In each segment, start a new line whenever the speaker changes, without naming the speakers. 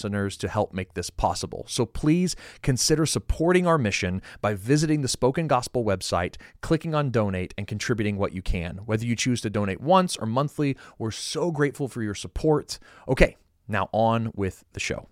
to help make this possible. So please consider supporting our mission by visiting the Spoken Gospel website, clicking on donate, and contributing what you can. Whether you choose to donate once or monthly, we're so grateful for your support. Okay, now on with the show.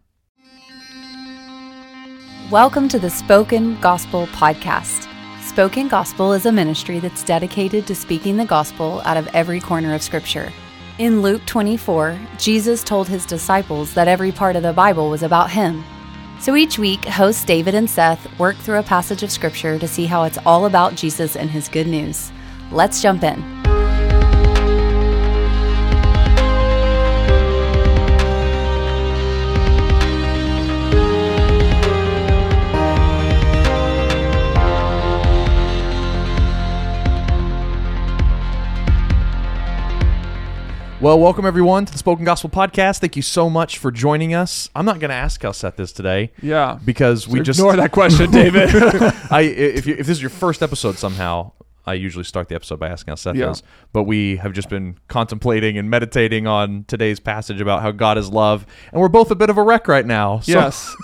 Welcome to the Spoken Gospel Podcast. Spoken Gospel is a ministry that's dedicated to speaking the gospel out of every corner of Scripture. In Luke 24, Jesus told his disciples that every part of the Bible was about him. So each week, hosts David and Seth work through a passage of Scripture to see how it's all about Jesus and his good news. Let's jump in.
Well, welcome everyone to the Spoken Gospel Podcast. Thank you so much for joining us. I'm not going to ask how Seth is today
Yeah.
because we
So
just
ignore that question, David.
I if you, if this is your first episode somehow, I usually start the episode by asking how Seth
Yeah.
is. But we have just been contemplating and meditating on today's passage about how God is love, and we're both a bit of a wreck right now. So,
yes.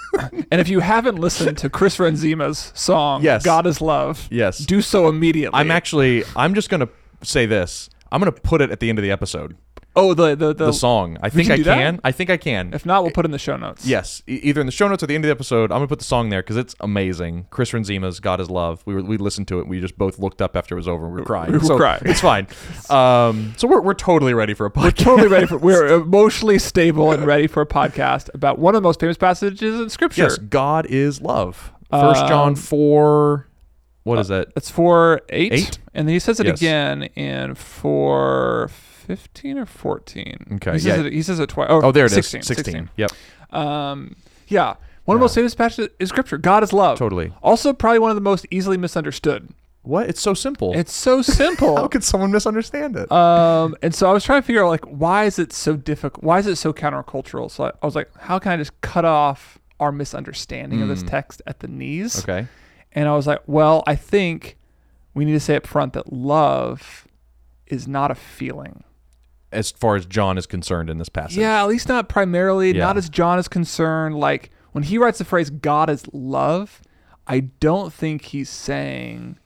and if you haven't listened to Chris Renzima's song,
Yes.
God is Love,
Yes.
do so immediately.
I'm actually I'm just gonna say this. I'm gonna put it at the end of the episode.
Oh, the, the, the,
The song. I think
can
I
do that?
can. I think I can.
If not, we'll put it in the show notes.
Yes, e- either in the show notes or the end of the episode, I'm gonna put the song there because it's amazing. Chris Renzima's "God Is Love." We were, we listened to it. and We just both looked up after it was over. and We were crying.
We were
so
crying.
It's fine. Um, so we're, we're totally ready for a
We're
podcast.
totally ready for we're emotionally stable and ready for a podcast about one of the most famous passages in scripture.
Yes, God is love. First John
Um, uh,
four. What is that?
That's four eight.
Eight?
And then he says it
Yes.
again in four fifteen or fourteen.
Okay,
He says,
yeah.
it, he says it twice. Oh,
Oh, there it is.
16,
16. Yep.
Um, yeah.
Yeah.
One of the most famous passages in scripture. God is love.
Totally.
Also, probably one of the most easily misunderstood.
What? It's so simple.
It's so
How
simple.
could someone misunderstand it?
um, and so I was trying to figure out like why is it so difficult? Why is it so countercultural? So I, I was like, how can I just cut off our misunderstanding of this text at the knees?
Hmm. okay.
And I was like, well, I think we need to say up front that love is not a feeling.
As far as John is concerned in this passage.
Yeah, at least not primarily.
Yeah.
Not as John is concerned. Like when he writes the phrase "God is love," I don't think he's saying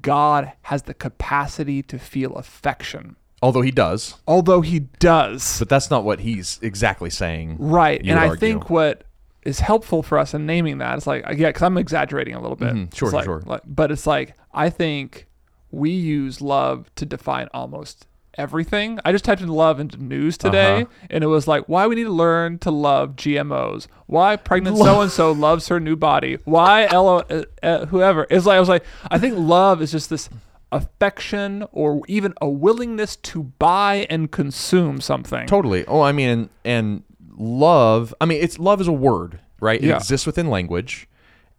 God has the capacity to feel affection,
Although he does,
although he does.
but that's not what he's exactly saying.
right,
you
and
would
I
argue.
think what is helpful for us in naming that is like yeah, because I'm exaggerating a little bit.
Mhm, sure,
It's like-
sure.
like- but it's like I think we use love to define almost everything. I just typed in love into news
Uh-huh.
today, and it was like why we need to learn to love GMOs, why pregnant so and so loves her new body, why LO, uh, uh, whoever. It's like I was like I think love is just this affection or even a willingness to buy and consume something.
Totally. Oh, I mean, and, and love. I mean, it's love is a word, right? It
Yeah.
exists within language,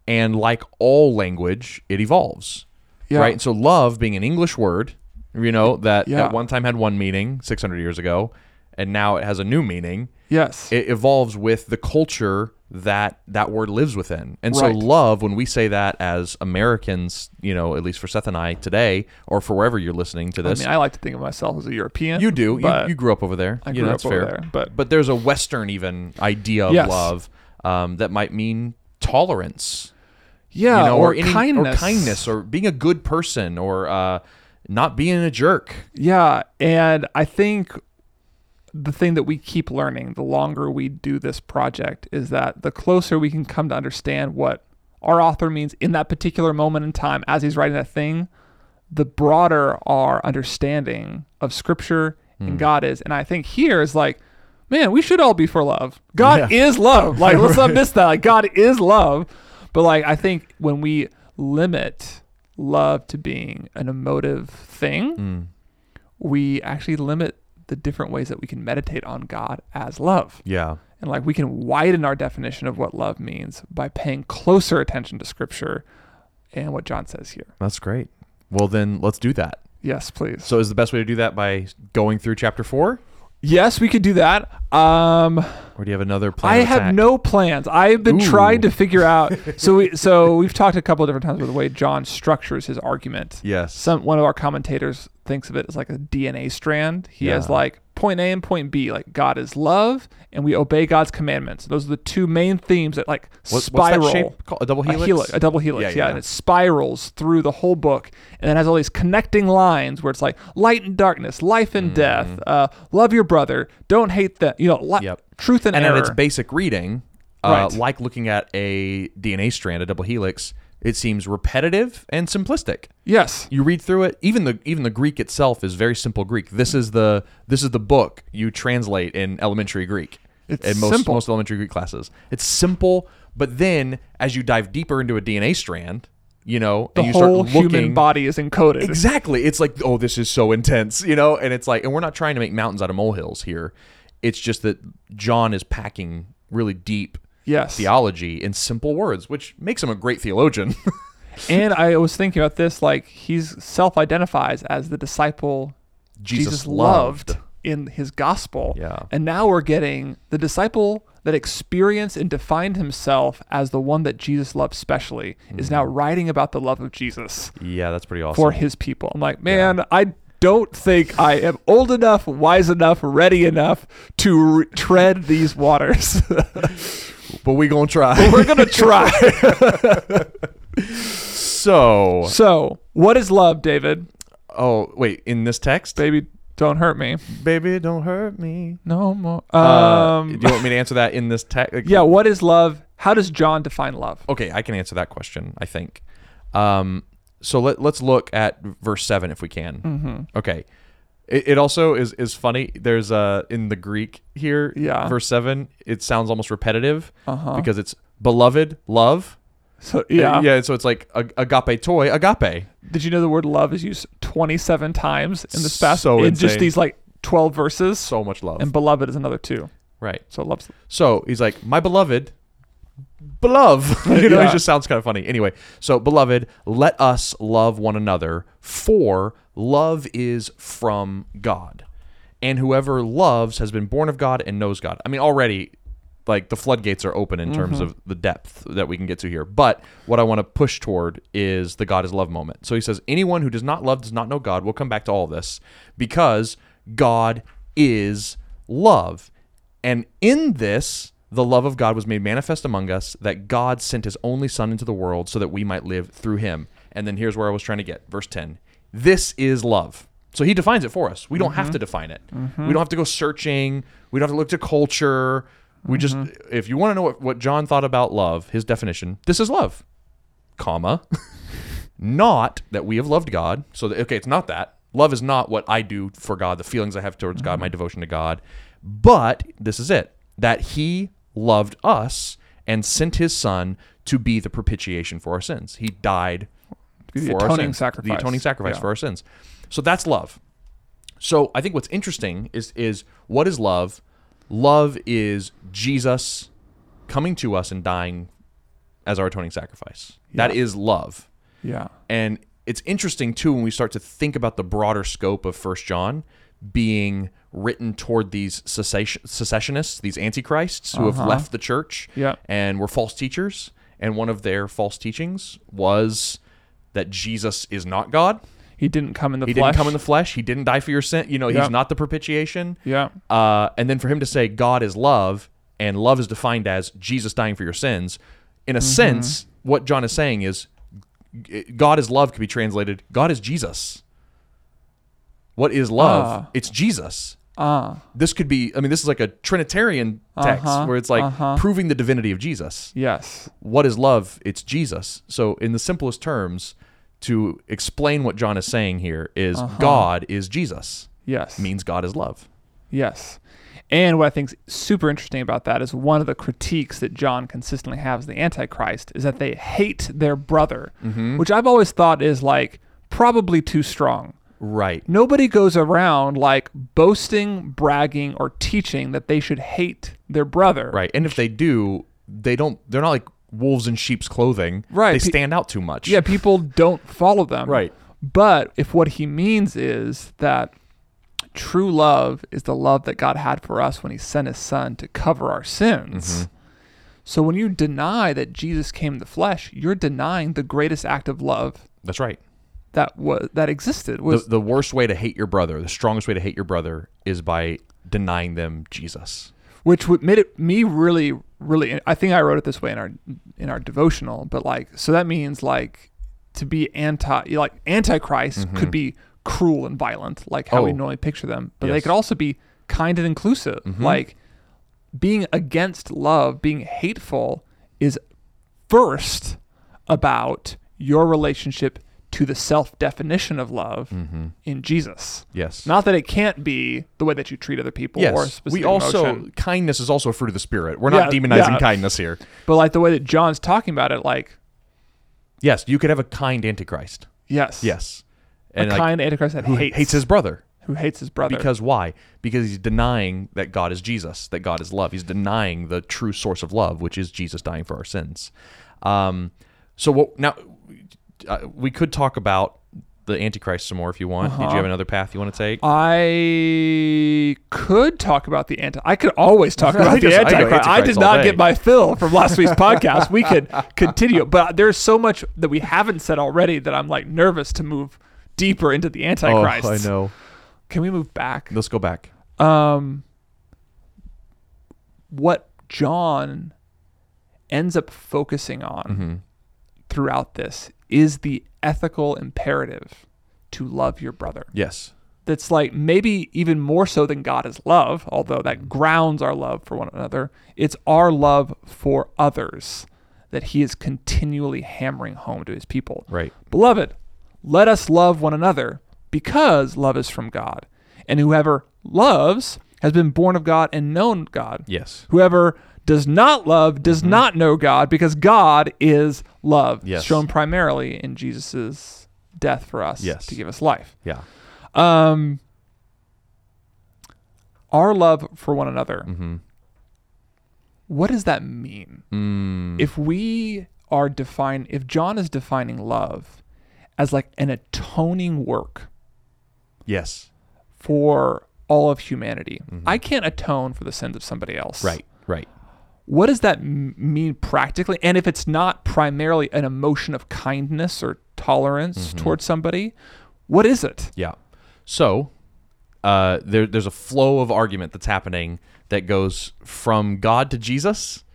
and like all language, it evolves,
Yeah.
right? And so, love being an English word, you know, that
Yeah.
at one time had one meaning 600 years ago, and now it has a new meaning.
Yes.
It evolves with the culture that that word lives within, and
Right.
so love. When we say that as Americans, you know, at least for Seth and I today, or for wherever you're listening to
I
this,
mean, I like to think of myself as a European.
you do. You,
but-
you grew up over there.
I
You
grew
know,
up
that's
over
fair.
there, but-
but there's a Western even idea of
Yes.
love um, that might mean tolerance,
yeah,
you know,
or,
any-
kindness,
or kindness, or being a good person, or uh, not being a jerk.
Yeah, and I think the thing that we keep learning the longer we do this project is that the closer we can come to understand what our author means in that particular moment in time as he's writing that thing, the broader our understanding of scripture and God is. And I think here is like, man, we should all be for love. God is love. Like, let's not miss that. Like, God is love. But like, I think when we limit love to being an emotive thing, we actually limit the different ways that we can meditate on God as love.
Yeah,
And like we can widen our definition of what love means by paying closer attention to scripture and what John says here.
That's great. Well, then let's do that.
Yes, please.
So, is the best way to do that by going through chapter four?
Yes, we could do that. Um,
Or do you have another plan?
I
of
have
attack?
no plans. I've been
Ooh.
trying to figure out. So we so we've talked a couple of different times about the way John structures his argument.
Yes.
Some one of our commentators thinks of it as like a DNA strand. He has
Yeah.
like point A and point B. Like God is love, and we obey God's commandments. Those are the two main themes that like
What-
spiral.
What's that shape called? A double helix?
A, heli- a double helix, yeah,
Yeah, yeah,
and
yeah.
it spirals through the whole book, and then has all these connecting lines where it's like light and darkness, life and death, uh, love your brother, don't hate them, you know, li-
Mm. Yep.
truth and,
and
error.
at its basic reading, uh,
Right.
like looking at a DNA strand, a double helix, it seems repetitive and simplistic.
yes,
You read through it, even the even the Greek itself is very simple Greek. This is the this is the book you translate in elementary Greek.
It's
in most
simple.
most elementary Greek classes. It's simple, but then as you dive deeper into a DNA strand, you know,
the
and you
whole
start looking
human body is encoded.
Exactly. It's like, oh, this is so intense, you know? And it's like, and we're not trying to make mountains out of molehills here. It's just that John is packing really deep
Yes,
theology in simple words, which makes him a great theologian.
and I was thinking about this. Like he's self-identifies as the disciple Jesus, loved, in his gospel.
Yeah.
And now we're getting the disciple that experienced and defined himself as the one that Jesus loved specially is now writing about the love of Jesus
Yeah, that's pretty awesome.
for his people. I'm like, man, I don't think I am old enough, wise enough, ready enough to re- tread these waters.
but we going to try.
we're going to try.
so,
so, what is love, David?
oh, wait, in this text?
Baby, don't hurt me.
Baby, don't hurt me.
No more.
Uh,
Um,
do you want me to answer that in this text?
yeah, what is love? How does John define love?
okay, I can answer that question, I think. Um, so let, let's look at verse 7 if we can.
Mm-hmm.
Okay. It, it also is, is funny. There's uh, in the Greek here,
Yeah.
verse 7, it sounds almost repetitive
Uh-huh.
because it's beloved, love.
So Uh, yeah.
Yeah. So it's like a, agape toy, agape.
Did you know the word love is used 27 times in this past
So
in just
insane.
these like 12 verses?
So much love.
and beloved is another two.
right.
So love's
So he's like, my beloved, beloved. you know,
Yeah.
it just sounds kind of funny. Anyway, so beloved, let us love one another, for love is from God. And whoever loves has been born of God and knows God. I mean, already, like, the floodgates are open in terms of the depth that we can get to here. But what I want to push toward is the God is love moment. So he says, anyone who does not love does not know God. We'll come back to all this because God is love. And in this, the love of God was made manifest among us that God sent his only Son into the world so that we might live through him. And then here's where I was trying to get verse 10. This is love. So he defines it for us. We don't have to define it. We don't have to go searching. We don't have to look to culture. We just, if you want to know what, what John thought about love, his definition, this is love, comma, not that we have loved God. So, that, okay, it's not that. Love is not what I do for God, the feelings I have towards God,
Mm-hmm.
my devotion to God. But this is it that He loved us and sent His Son to be the propitiation for our sins. He died
Be the
for our
atoning
sins,
sacrifice.
The atoning sacrifice
Yeah.
for our sins. So that's love. So I think what's interesting is is what is love? Love is Jesus coming to us and dying as our atoning sacrifice. That is love.
yeah.
And it's interesting too when we start to think about the broader scope of First John being written toward these secession, secessionists, these antichrists who have left the church
Yeah.
and were false teachers. And one of their false teachings was that Jesus is not God.
He didn't come in the
He
flesh.
didn't come in the flesh. He didn't die for your sin. You know,
Yeah.
he's not the propitiation.
Yeah.
Uh, and then for him to say God is love and love is defined as Jesus dying for your sins, in
Mm-hmm.
a sense, what John is saying is g- God is love could be translated God is Jesus. What is love?
Ah.
It's Jesus.
Ah.
This could be, I mean, this is like a Trinitarian text
Uh-huh,
where it's like
uh-huh.
proving the divinity of Jesus
Yes.
what is love? It's Jesus. So, in the simplest terms, to explain what John is saying here is
Uh-huh.
God is Jesus,
Yes.
means God is love.
Yes. And what I think's super interesting about that is one of the critiques that John consistently has the Antichrist is
Mm-hmm.
that they hate their brother, which I've always thought is like probably too strong.
Right.
Nobody goes around like boasting, bragging, or teaching that they should hate their brother.
Right. And if they do, they don't they're not like wolves in sheep's clothing.
Right.
They
Pe-
stand out too much.
Yeah, people don't follow them.
Right.
But if what he means is that true love is the love that God had for us when he sent his son to cover our
Mm-hmm.
sins. So when you deny that Jesus came in the flesh, you're denying the greatest act of love
That's right.
that was that existed
The,
was
the worst way to hate your brother, the strongest way to hate your brother is by denying them Jesus.
which would made it me really really i think i wrote it this way in our in our devotional but like so that means like to be anti like antichrist could be cruel and violent like how we
Mm-hmm. Oh.
normally picture them but they
Yes. Mm-hmm.
could also be kind and inclusive like being against love being hateful is first about your relationship to the self-definition of love
Mm-hmm.
in jesus
Yes.
not that it can't be the way that you treat other people or a
yes.
specific
We also
emotion.
kindness is also a fruit of the spirit. We're not
Yeah,
demonizing
yeah.
kindness here.
But like the way that John's talking about it, like
Yes, you could have a kind antichrist.
yes,
Yes.
a
like,
kind antichrist that
who
hates,
hates his brother.
who hates his brother.
Because why? Because he's denying that God is Jesus, that God is love. He's denying the true source of love, which is Jesus dying for our sins. Um, so what, now uh, we could talk about the Antichrist some more if you want. Did you have another path you want to take?
I could talk about the anti. I could always talk about the
just- I could
antichrist. I, did
Antichrist all
not
day.
get my fill from last week's podcast. We could continue, but there's so much that we haven't said already that I'm like nervous to move deeper into the antichrist.
Oh, know.
Can we move back?
Let's go back.
um, what John ends up focusing on throughout this is the ethical imperative to love your brother.
Yes.
That's like maybe even more so than God is love, although that grounds our love for one another. It's our love for others that he is continually hammering home to his people.
Right.
Beloved, let us love one another because love is from God. And whoever loves has been born of God and known God.
Yes. Mm-hmm.
Whoever does not love does not know God because God is love,
Yes.
shown primarily in Jesus' death for us
Yes.
to give us life.
Yeah.
Um, our love for one another. What does that mean? If we are defined, if John is defining love as like an atoning work
Yes.
for all of humanity, I can't atone for the sins of somebody else.
Right. Right.
What does that m- mean practically? And if it's not primarily an emotion of kindness or tolerance towards somebody, what is it?
Yeah. So uh, there, there's a flow of argument that's happening that goes from God to Jesus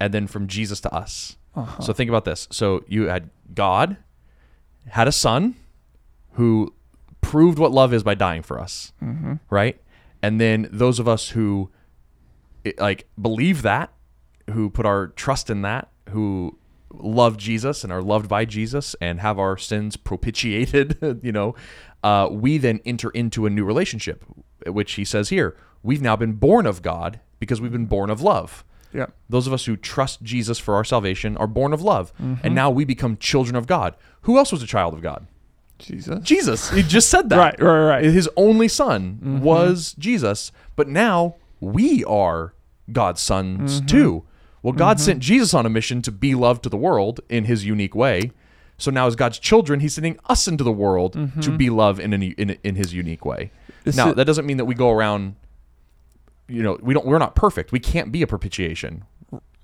and then from Jesus to us. So think about this. So you had God had a son who proved what love is by dying for us, right? And then those of us who it- like believe that, who put our trust in that, who love Jesus and are loved by Jesus and have our sins propitiated, you know, uh, we then enter into a new relationship, which he says here, we've now been born of God because we've been born of love.
Yeah.
Those of us who trust Jesus for our salvation are born of love,
Mm-hmm.
and now we become children of God. Who else was a child of God?
Jesus.
Jesus. He just said that.
Right, right, right. Mm-hmm.
His only son was Jesus, but now we are God's sons
Mm-hmm.
too. Well, God sent Jesus on a mission to be loved to the world in his unique way. So now, as God's children, he's sending us into the world to be loved in, an, in, in his unique way.
Mm-hmm. This
now,
is-
that doesn't mean that we go around, you know, we don't, we're not perfect. We can't be a propitiation,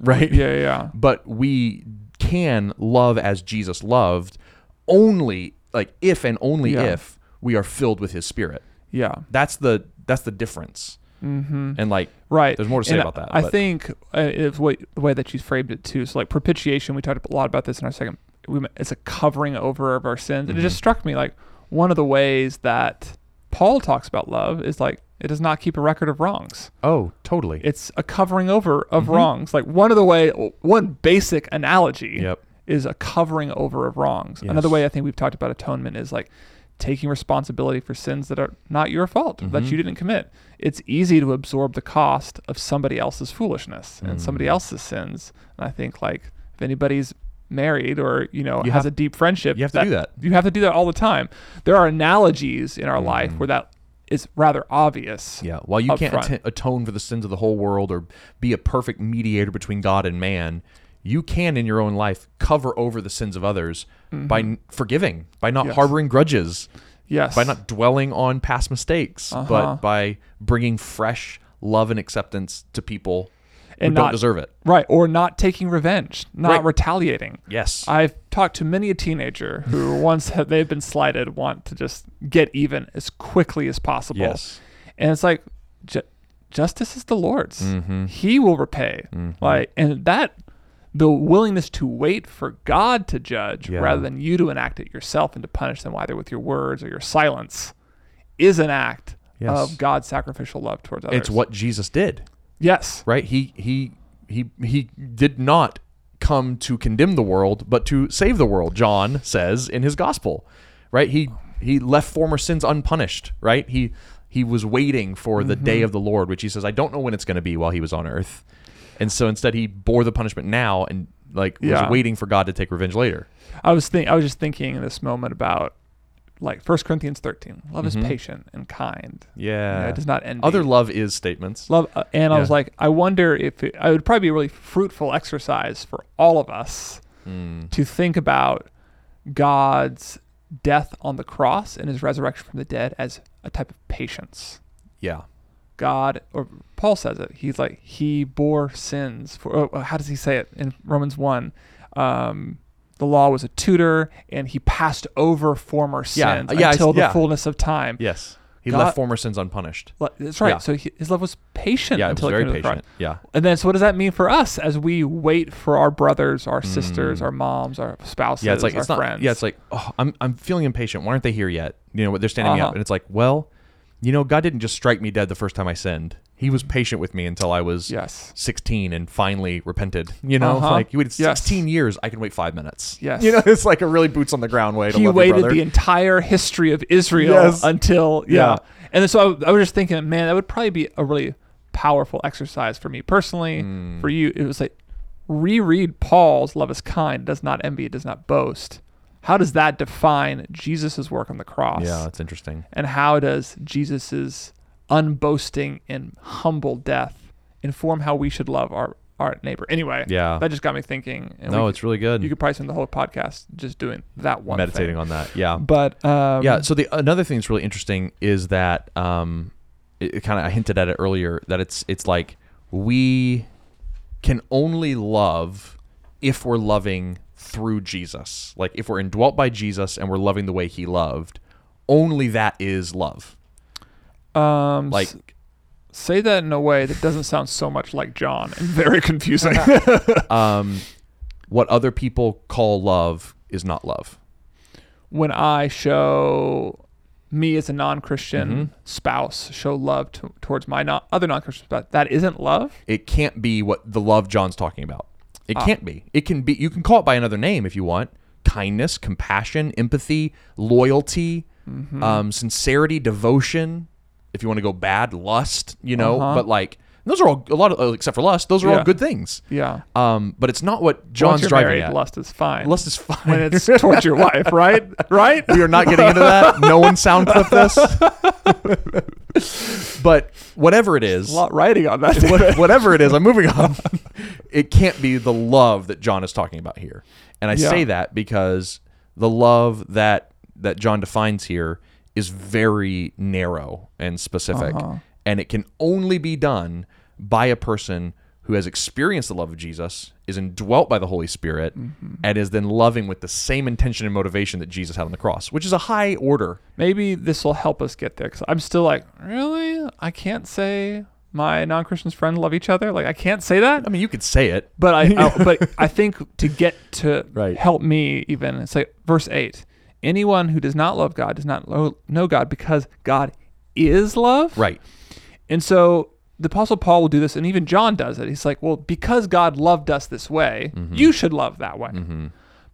right?
Yeah, yeah, yeah.
but we can love as Jesus loved only like if and only
Yeah.
if we are filled with his spirit.
Yeah.
That's the that's the difference. Mm-hmm. And like
Right.
There's more to say
And
about that,
I
but-
think uh, it's what, the way that you framed it too. So like propitiation, we talked a lot about this in our second. We, it's a covering over of our sins, and it
Mm-hmm.
just struck me like one of the ways that Paul talks about love is like it does not keep a record of wrongs.
oh, totally.
It's a covering over of
Mm-hmm.
wrongs. Like one of the way, one basic analogy
Yep.
is a covering over of wrongs. Another
Yes.
way I think we've talked about atonement is like taking responsibility for sins that are not your fault,
Mm-hmm.
that you didn't commit. It's easy to absorb the
Mm.
cost of somebody else's foolishness and somebody else's sins. And I think like if anybody's married or you know
You
has
have-
a deep friendship
you have to do that.
you have to do that all the time there are analogies in our life where that is rather obvious
Mm. Yeah. While you
up
can't
front.
atten- atone for the sins of the whole world or be a perfect mediator between God and man, you can in your own life cover over the sins of others by n- forgiving, by not
Mm-hmm. Yes.
harboring grudges,
yes
by not dwelling on past mistakes,
Uh-huh.
but by bringing fresh love and acceptance to people
And
who
not-
don't deserve it.
right or not taking revenge not
Right.
retaliating
Yes.
I've talked to many a teenager who, once that they've been slighted, want to just get even as quickly as possible.
Yes.
And it's like, ju- justice is the Lord's.
Mm-hmm.
He will repay. Like, and that the willingness to wait for God to judge
Yeah.
rather than you to enact it yourself and to punish them either with your words or your silence is an act
Yes.
of God's sacrificial love towards others.
It's what Jesus did.
Yes.
right he he he he did not come to condemn the world but to save the world john says in his gospel right he he left former sins unpunished right he he was waiting for the
Mm-hmm.
day of the lord which he says i don't know when it's going to be while he was on earth and so instead he bore the punishment now and like was
Yeah.
waiting for god to take revenge later
I was think I was just thinking in this moment about like 1 Corinthians 13. Love is patient and kind. You know,
Mm-hmm. yeah
it does not end.
other love is statements
love uh, and I was
Yeah.
like I wonder if it, I would probably be a really fruitful exercise for all of us
Mm.
to think about God's death on the cross and his resurrection from the dead as a type of patience.
yeah
God or Paul says it. He's like he bore sins for oh, how does he say it in Romans 1? Um the law was a tutor and he passed over former
Yeah, uh,
sins
yeah, I s-
until the
yeah.
fullness of time.
yes he
God-
left former sins unpunished
Like, That's right.
Yeah.
So he, his love was patient
yeah it was
until
very
it came to the cross.
patient yeah
And then, so what does that mean for us as we wait for our brothers, our sisters, our moms, our spouses,
Mm. Yeah, it's like
our
it's not.
friends?
Yeah, it's like oh, I'm I'm feeling impatient. Why aren't they here yet? You know, they're standing me
Uh-huh.
up, and it's like, well, you know, God didn't just strike me dead the first time I sinned. He was patient with me until I was
yes,
16 and finally repented. You know,
Uh-huh.
like you waited
Yes.
16 years. I can wait five minutes.
Yes.
you know, it's like a really boots on the ground way to
he
love
waited
your brother.
the entire history of Israel
Yes.
until yeah.
Yeah.
And then, so I, w- I was just thinking, man, that would probably be a really powerful exercise for me personally.
Hmm.
For you, it was like reread Paul's "Love is kind, does not envy, does not boast." How does that define Jesus' work on the cross?
yeah, it's interesting.
and how does Jesus's unboasting and humble death inform how we should love our our neighbor? Anyway,
Yeah.
that just got me thinking. And
No,
we
it's really good.
could, you could probably spend the whole podcast just doing that one,
meditating
thing.
on that. Yeah.
But um,
yeah so the another thing that's really interesting is that um it, kind of i hinted at it earlier that it's it's like we can only love if we're loving through jesus like if we're indwelt by jesus and we're loving the way he loved only that is love
um,
like
s- say that in a way that doesn't sound so much like John and very confusing.
um what other people call love is not love
when I show me as a non-Christian
Mm-hmm.
spouse show love to, towards my non- other non-Christian spouse, that isn't love.
it can't be what the love John's talking about. It can't be. It can be. You can call it by another name if you want: kindness, compassion, empathy, loyalty, um, sincerity, devotion. If you want to go bad, lust. You know,
Uh-huh.
but like those are all a lot of uh, except for lust. Those are
Yeah.
all good things.
Yeah,
Um, but it's not what
Once
John's
you're
driving
married,
at.
Lust is fine.
Lust is fine.
when it's towards your wife, right? Right?
we are not getting into that. No one sound clip this. but whatever it is,
A lot writing on that.
what, whatever it is, I'm moving on. it can't be the love that John is talking about here. And I
Yeah.
say that because the love that that John defines here is very narrow and specific.
Uh-huh.
And it can only be done by a person who has experienced the love of Jesus, is indwelt by the Holy Spirit,
Mm-hmm.
and is then loving with the same intention and motivation that Jesus had on the cross, which is a high order.
Maybe this will help us get there because I'm still like, really? I can't say my non-Christians friend love each other. Like I can't say that.
I mean, you could say it.
But I, I but I think to get to
Right.
help me even it's like verse eight. Anyone who does not love God does not lo- know God because God is love.
Right.
And so the Apostle Paul will do this, and even John does it. He's like, well, because God loved us this way,
Mm-hmm.
you should love that way.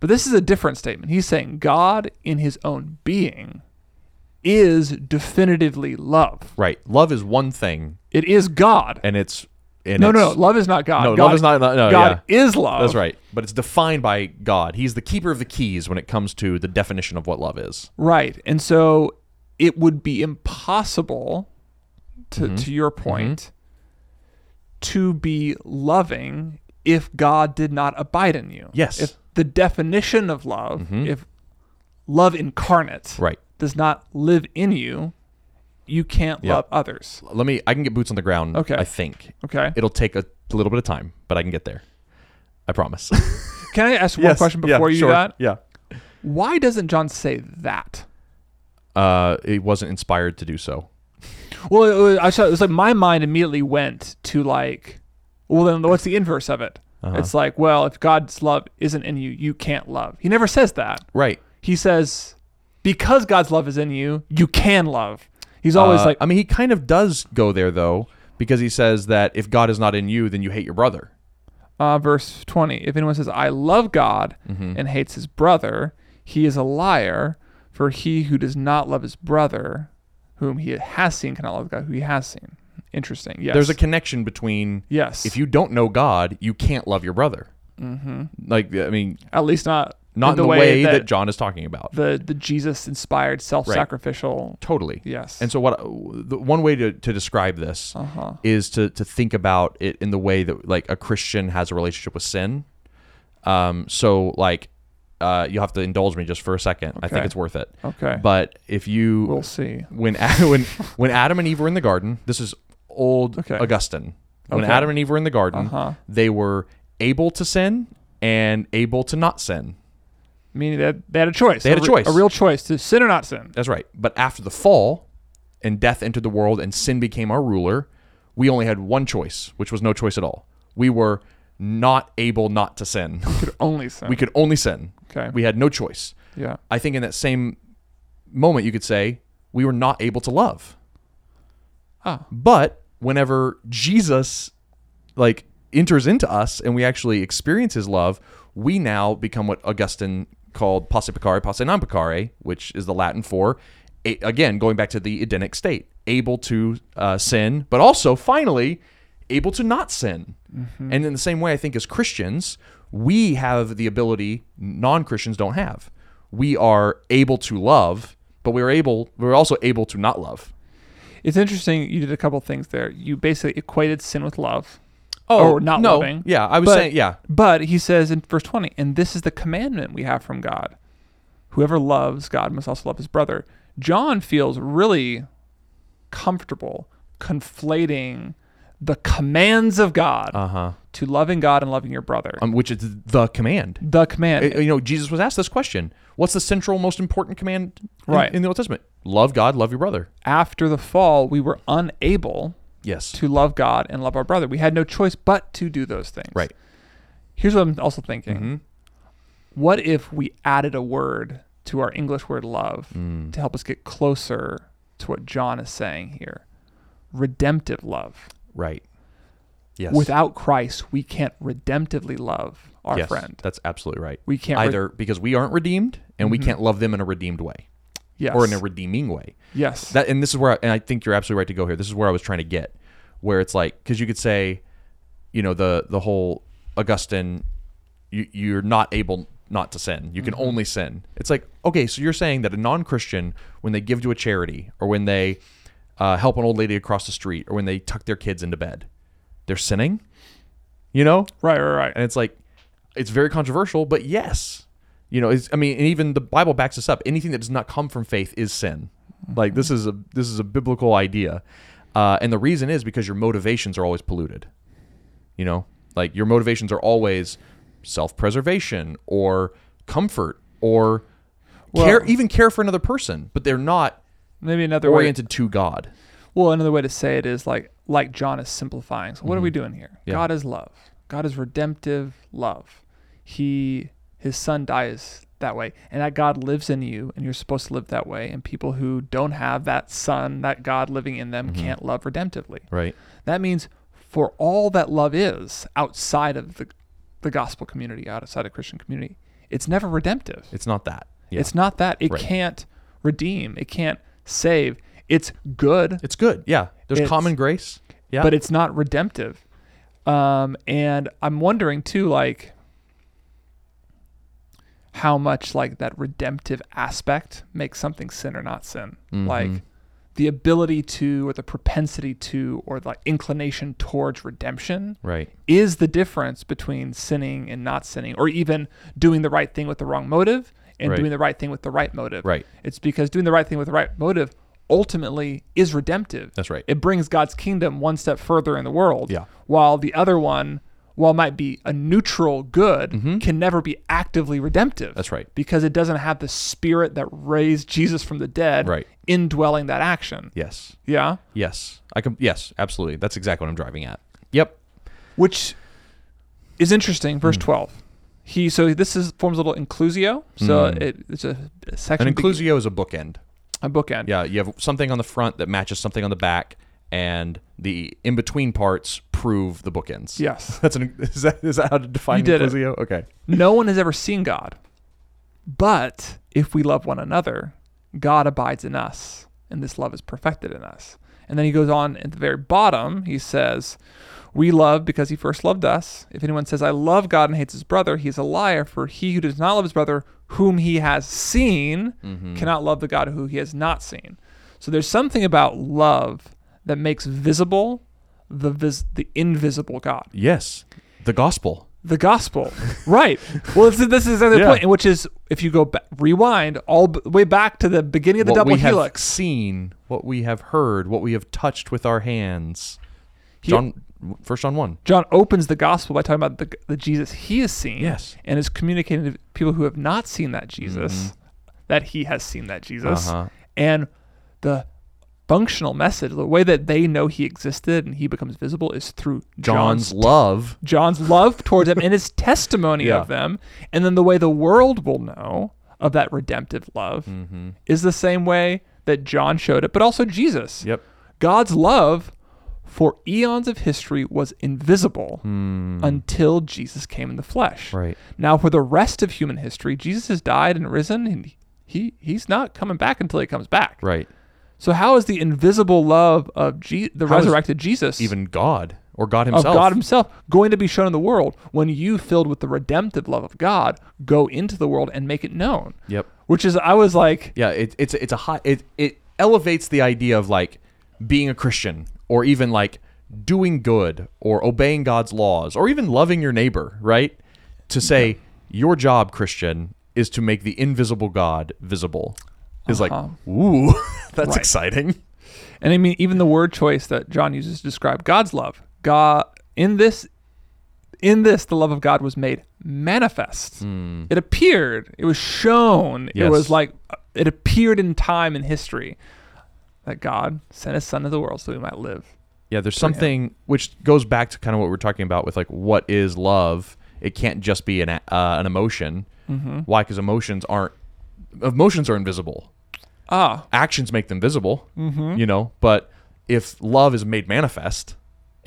But this is a different statement. He's saying God in his own being is definitively love.
Right. Love is one thing,
It is God.
and it's And
No, no,
it's-
no. Love is not God.
No, love
God-
is not- no, no,
God is love.
That's right. But it's defined by God. He's the keeper of the keys when it comes to the definition of what love is.
Right. And so it would be impossible to
Mm-hmm.
to your point to be loving if God did not abide in you.
Yes. Mm-hmm.
If the definition of love, if love incarnate
Right.
does not live in you, you can't
Yeah.
love others.
Let me I can get boots on the ground,
Okay.
I think.
Okay.
It'll take a little bit of time, but I can get there. I promise.
Can I ask one
Yes,
question
yeah,
before you do
sure,
that?
Yeah.
Why doesn't John say that?
Uh, it wasn't inspired to do so.
Well, it was, I saw, it was like my mind immediately went to like, well, then what's the inverse of it?
Uh-huh.
It's like, well, if God's love isn't in you, you can't love. He never says that.
Right.
He says, because God's love is in you, you can love. He's always
Uh,
like,
I mean, he kind of does go there though, because he says that if God is not in you, then you hate your brother.
uh, verse 20 if anyone says i love god
Mm-hmm.
and hates his brother he is a liar for he who does not love his brother whom he has seen cannot love god who he has seen interesting yes
There's a connection between
yes
if you don't know God, you can't love your brother. Mm-hmm. Like, I mean,
at least not
not in the, way, that, John is talking about.
the the jesus inspired self-sacrificial
totally.
yes Uh-huh.
And so, what the one way to, to describe this is to to think about it in the way that like a Christian has a relationship with sin. Um, so like, uh, you have to indulge me just for a second. I think
Okay.
it's worth it.
okay
But if you
we'll see
when Ad- when when Adam and Eve were in the garden, this is old
Okay.
Augustine. When
Okay.
Adam and Eve were in the garden,
Uh-huh.
they were able to sin and able to not sin.
meaning that they had a choice
They had a
re-
choice.
a real choice to sin or not sin
That's right. But after the fall, and death entered the world, and sin became our ruler, we only had one choice, which was no choice at all. We were not able not to sin.
could only sin
we could only sin.
okay
We had no choice.
yeah
I think in that same moment, you could say we were not able to love.
Ah.
But whenever Jesus like enters into us and we actually experience his love, we now become what Augustine called posse picare, posse non picare, which is the Latin for, a- again, going back to the Edenic state, able to uh, sin, but also finally able to not sin. And in the same way, I think as Christians, we have the ability non Christians don't have. We are able to love, but we're able, we're also able to not love.
it's interesting you did a couple things there you basically equated sin with love or not
Oh, no,
loving.
Yeah, I was
But-
saying, yeah,
But he says in verse 20, and this is the commandment we have from God. Whoever loves God must also love his brother. John feels really comfortable conflating the commands of God
uh-huh.
to loving God and loving your brother.
um, which is the command.
the command.
Uh, You know, Jesus was asked this question: What's the central, most important command in,
Right.
in the Old Testament? Love God, love your brother.
After the fall, we were unable
Yes,
to love God and love our brother. We had no choice but to do those things.
Right.
Here's what I'm also thinking.
Mhm.
What if we added a word to our English word love
Mm.
to help us get closer to what John is saying here? Redemptive love.
right. Yes,
Without Christ, we can't redemptively love our
Yes,
friend.
That's absolutely right.
We can't re- Mm-hmm.
either because we aren't redeemed and we can't love them in a redeemed way
Yes.
or in a redeeming way.
yes.
That and this is where I, and I think you're absolutely right to go here. This is where I was trying to get, where it's like because you could say, you know, the the whole Augustine, you, you're not able not to sin. You can only sin. It's like okay, so you're saying that a non-Christian when they give to a charity or when they uh, help an old lady across the street or when they tuck their kids into bed, they're sinning. You know,
right, right,
and
right.
it's like it's very controversial, but yes. You know, it's, I mean, and even the Bible backs this up. Anything that does not come from faith is sin. Like this is a this is a biblical idea, uh, and the reason is because your motivations are always polluted. You know, like your motivations are always self-preservation or comfort or care,
Well-
even care for another person, but they're not
Maybe another way
oriented to God.
Well, another way to say it is like like John is simplifying. So what are we doing here?
Mm-hmm. Yeah.
God is love. God is redemptive love. He his son dies that way. And that God lives in you and you're supposed to live that way. And people who don't have that son, that God living in them can't love redemptively.
Mm-hmm. Right.
That means for all that love is outside of the the gospel community, outside of Christian community, it's never redemptive.
It's not that. Yeah.
It's not that. It
Right.
can't redeem. It can't save. It's good
it's good. Yeah. There's
It's-
common grace. Yeah.
but it's not redemptive. Um, and I'm wondering too, like, how much like that redemptive aspect makes something sin or not sin. Like the ability to, or the propensity to, or the inclination towards redemption
Right.
is the difference between sinning and not sinning, or even doing the right thing with the wrong motive and
Right.
doing the right thing with the right motive.
Right.
It's because doing the right thing with the right motive ultimately is redemptive.
That's right.
It brings God's kingdom one step further in the world.
Yeah.
While the other one, while might be a neutral good, can never be actively redemptive.
Mm-hmm. That's right.
Because it doesn't have the spirit that raised Jesus from the dead
Right.
indwelling that action.
Yes.
Yeah.
Yes. I can. Yes. Absolutely. That's exactly what I'm driving at. Yep.
which is interesting.
Hmm.
Verse twelve, he so this is forms a little inclusio. So it, it's a, a section,
Hmm. An
be-
inclusio is a bookend.
a bookend.
Yeah. You have something on the front that matches something on the back, and the in between parts prove the bookends.
Yes.
That's an. Is that is that how to define
You did it.
inclusio? Okay.
No one has ever seen God, but if we love one another, God abides in us, and this love is perfected in us. And then he goes on at the very bottom. He says, "We love because he first loved us. If anyone says I love God and hates his brother, he is a liar. For he who does not love his brother, whom he has seen, cannot love the God who he has not seen." So there's something about love that makes visible the vis- the invisible God
Yes. The gospel.
the gospel, right? Well, this is, this is another
Yeah.
point, which is if you go ba- rewind all b- way back to the beginning of the
what
double
we have
helix,
seen, what we have heard, what we have touched with our hands.
He-
John, first John one.
John opens the gospel by talking about the, the Jesus he has seen,
Yes.
and is communicating to people who have not seen that Jesus that he has seen that Jesus,
Mm-hmm. Uh-huh.
and the functional message, the way that they know he existed and he becomes visible, is through
John's
John's
love.
John's love towards them and his testimony
Yeah.
of them, and then the way the world will know of that redemptive love
Mm-hmm.
is the same way that John showed it, but also Jesus.
Yep.
God's love for eons of history was invisible until Jesus came in the flesh.
Hmm. Right.
Now, for the rest of human history, Jesus has died and risen, and he, he's not coming back until he comes back.
Right.
So, how is the invisible love of Je- the
How is
resurrected Jesus
Even God or God
of
Himself.
God Himself going to be shown in the world when you, filled with the redemptive love of God, go into the world and make it known.
Yep.
Which is, I was like,
Yeah. It, it's it's a hot. It it elevates the idea of like being a Christian or even like doing good or obeying God's laws or even loving your neighbor. Right. To say your job, Christian, is to make the invisible God visible. Is like, ooh, that's
Right.
exciting.
and I mean, even the word choice that John uses to describe God's love, God in this, in this, the love of God was made manifest. It appeared. It was shown. It
Hmm. Yes.
was like it appeared in time and history that God sent His Son to the world so we might live.
Yeah, there's something which goes back to kind of what we we're talking about with like what is love. It can't just be an a- uh, an emotion. Why? Because emotions aren't emotions are invisible.
Ah,
Actions make them visible. You know, but if love is made manifest,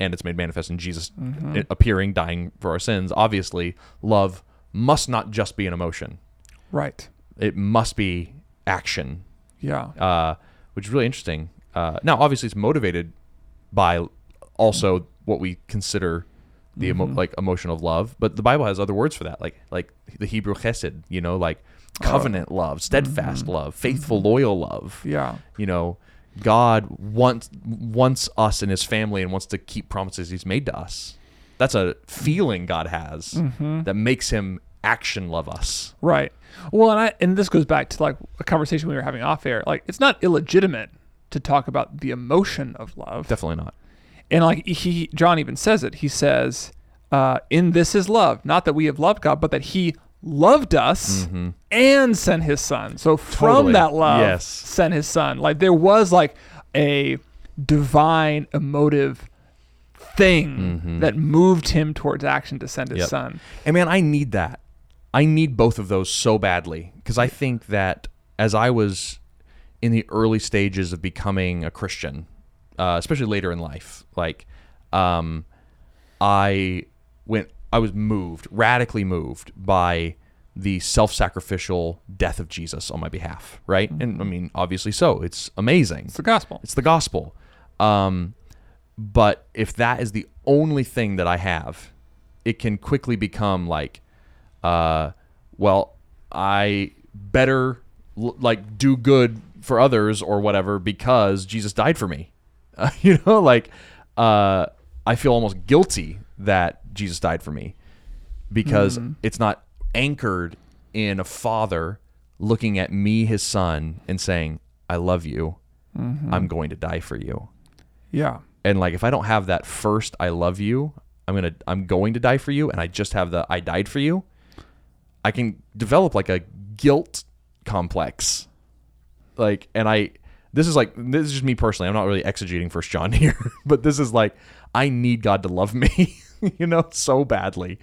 and it's made manifest in Jesus i- appearing, dying for our sins, obviously love must not just be an emotion.
right.
It must be action
Yeah.
uh, which is really interesting. Uh, now, obviously, it's motivated by also what we consider the emo- like emotion of love, but the Bible has other words for that, like like the Hebrew chesed, you know, like covenant love, steadfast love, faithful, loyal love.
Yeah.
You know, God wants wants us in His family and wants to keep promises He's made to us. That's a feeling God has that makes Him action love us.
Right. Well, and I and this goes back to like a conversation we were having off air. Like it's not illegitimate to talk about the emotion of love.
Definitely not.
And like he John even says it. He says, uh, in this is love, not that we have loved God, but that he loved us and sent his son. So from
Mm-hmm. Totally.
that love
Yes.
sent his son. Like there was like a divine emotive thing that moved him towards action to send his
Mm-hmm. Yep.
son.
And man, I need that. I need both of those so badly because I think that as I was in the early stages of becoming a Christian, uh, especially later in life, like um, I went, I was moved, radically moved by the self-sacrificial death of Jesus on my behalf, right? And I mean, obviously, so it's amazing.
It's the gospel.
It's the gospel. Um, But if that is the only thing that I have, it can quickly become like, uh, well, I better l- like do good for others or whatever because Jesus died for me. you know, like uh, I feel almost guilty that Jesus died for me because it's not anchored in a father looking at me, his son, and saying, I love you. I'm going to die for you.
Yeah.
And like if I don't have that first I love you, I'm gonna I'm going to die for you, and I just have the I died for you, I can develop like a guilt complex. Like and I this is like this is just me personally. I'm not really exegeting first John here, but this is like I need God to love me, you know, so badly.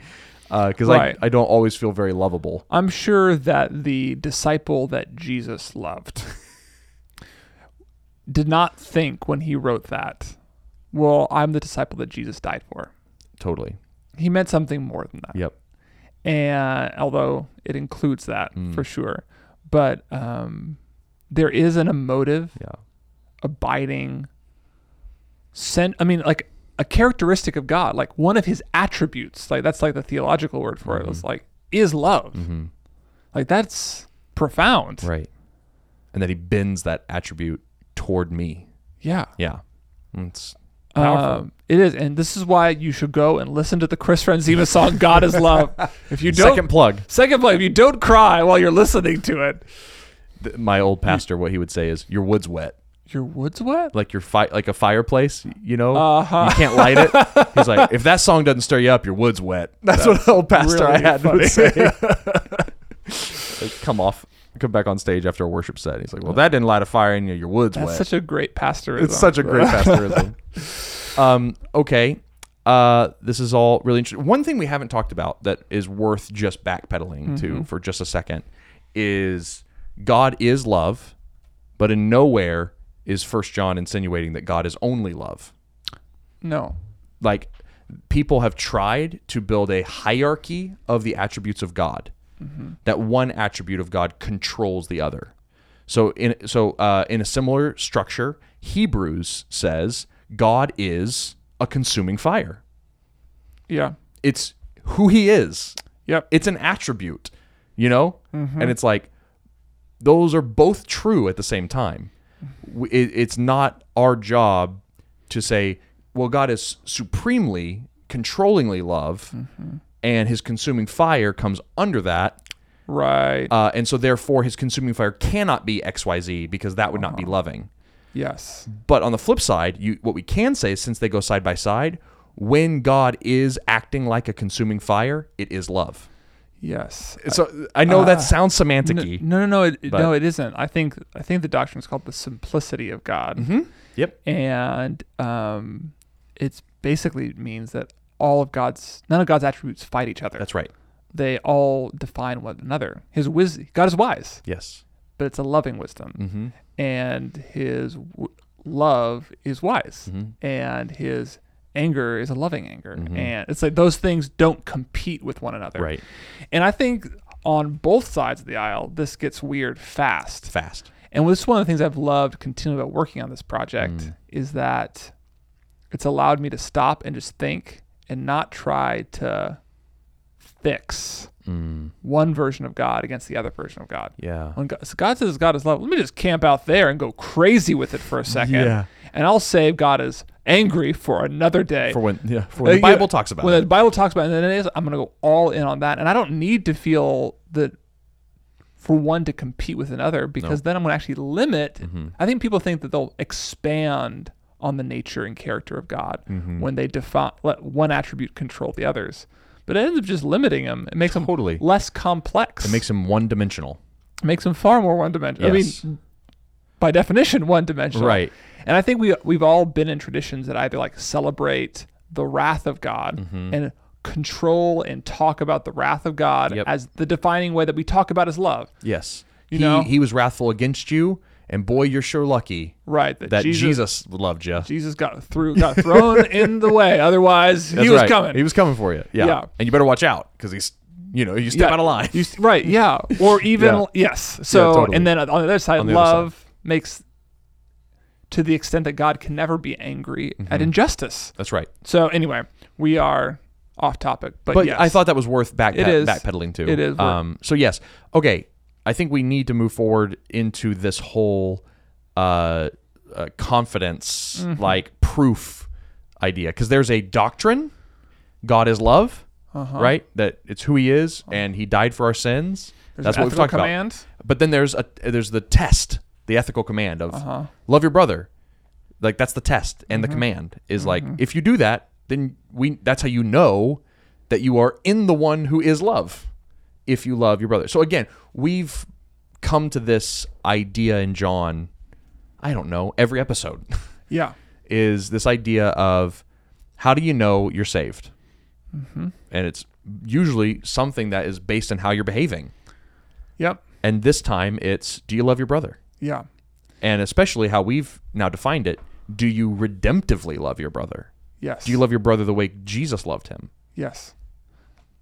because
Right.
I, I don't always feel very lovable.
I'm sure that the disciple that Jesus loved did not think when he wrote that, well, I'm the disciple that Jesus died for.
Totally.
He meant something more than that.
Yep.
and although it includes that for sure but um, there is an emotive
Yeah.
abiding sen- i mean like a characteristic of god like one of his attributes like that's like the theological word for it it's
Mm-hmm.
like is love like that's profound
Right. And that he bends that attribute toward me.
yeah
Yeah. Mm, It's
um, it is and this is why you should go and listen to the chris franzima song god is love if you don't
Second plug.
second play if you don't cry while you're listening to it
Th- My old pastor, what he would say is, "Your wood's wet,
your wood's wet
like your fi- like a fireplace. You know,
Uh-huh.
you can't light it." He's like, "If that song doesn't stir you up, your wood's wet." That's, what the old pastor I
really
had
funny.
would say. Like, come off, come back on stage after a worship set. He's like, "Well, that didn't light a fire in you. Your wood's
That's
wet."
such a great pastorism.
It's such a great pastorism. um, okay. Uh, this is all really interesting. One thing we haven't talked about that is worth just backpedaling to for just a second is God is love, but in nowhere is First John insinuating that God is only love.
no.
Like people have tried to build a hierarchy of the attributes of God. That one attribute of God controls the other. So in so uh, in a similar structure, Hebrews says God is a consuming fire.
Yeah.
It's who He is.
Yep.
It's an attribute, you know. And it's like those are both true at the same time. W- It, it's not our job to say, well, God is supremely, controllingly love, and His consuming fire comes under that.
right.
Uh, and so, therefore, his consuming fire cannot be XYZ because that would not be loving.
yes.
But on the flip side, you, what we can say is since they go side by side, when God is acting like a consuming fire, it is love.
Yes.
So I know that sounds semantic
No, no, no, no, it,
but-
no. It isn't. I think I think the doctrine is called the simplicity of God,
Mm-hmm. Yep.
and um, it's basically means that all of God's none of God's attributes fight each other.
That's right.
they all define one another. His wisdom, God is wise,
Yes.
but it's a loving wisdom,
Mm-hmm.
and His w- love is wise,
Mm-hmm.
and His anger is a loving anger, and it's like those things don't compete with one another.
Right.
And I think on both sides of the aisle, this gets weird fast.
Fast.
And this is one of the things I've loved continuing about working on this project
Mm.
is that it's allowed me to stop and just think and not try to fix one version of God against the other version of God.
Mm. Yeah.
When God, so God says God is love, let me just camp out there and go crazy with it for a second.
Yeah.
And I'll save God is angry for another day.
For when, yeah, for when the
Uh, yeah,
Bible talks about
when
it.
the Bible talks about it, and then it is, I'm going to go all in on that. And I don't need to feel that for one to compete with another because then I'm going to actually limit.
Mm-hmm.
I think people think that they'll expand on the nature and character of God
Mm-hmm.
when they define let one attribute control the others. But it ends up just limiting them. It makes them
Totally.
less complex.
It makes him one dimensional.
makes them far more one dimensional.
Yes.
I mean, by definition, one dimensional.
Right.
And I think we we've all been in traditions that either like celebrate the wrath of God
Mm-hmm.
and control and talk about the wrath of God
Yep.
as the defining way that we talk about is love.
Yes.
You
he,
know-
he was wrathful against you, and boy, you're sure lucky
Right.
that Jesus, loved you.
Jesus got through got thrown in the way. Otherwise
That's
he was
right.
coming.
He was coming for you. Yeah.
Yeah.
And you better watch out because he's, you know, you step
Yeah.
out of line.
You s- right, yeah. Or even
Yeah.
yes. So
totally.
and then on the other side,
On the other
love makes to the extent that God can never be angry
Mm-hmm.
at injustice.
That's right.
So anyway, we are off topic, but,
But
yes,
I thought that was worth back
It is.
backpedaling to.
It is worth-
Um, so yes, okay. I think we need to move forward into this whole uh, uh, confidence,
Mm-hmm.
like proof idea, because there's a doctrine. God is love,
Uh-huh.
right? That it's who He is, and He died for our sins.
there's
That's
an
what we've
ethical
talked about.
command.
But then there's a there's the test, the ethical command of
Uh-huh.
love your brother. Like that's the test and
Mm-hmm.
the command is like if you do that, then we that's how you know that you are in the one who is love. If you love your brother. So again, we've come to this idea in John, I don't know, every episode
Yeah,
is this idea of how do you know you're saved?
Mm-hmm.
And it's usually something that is based on how you're behaving.
yep,
And this time it's do you love your brother?
yeah,
And especially how we've now defined it, do you redemptively love your brother?
yes.
Do you love your brother the way Jesus loved him?
Yes.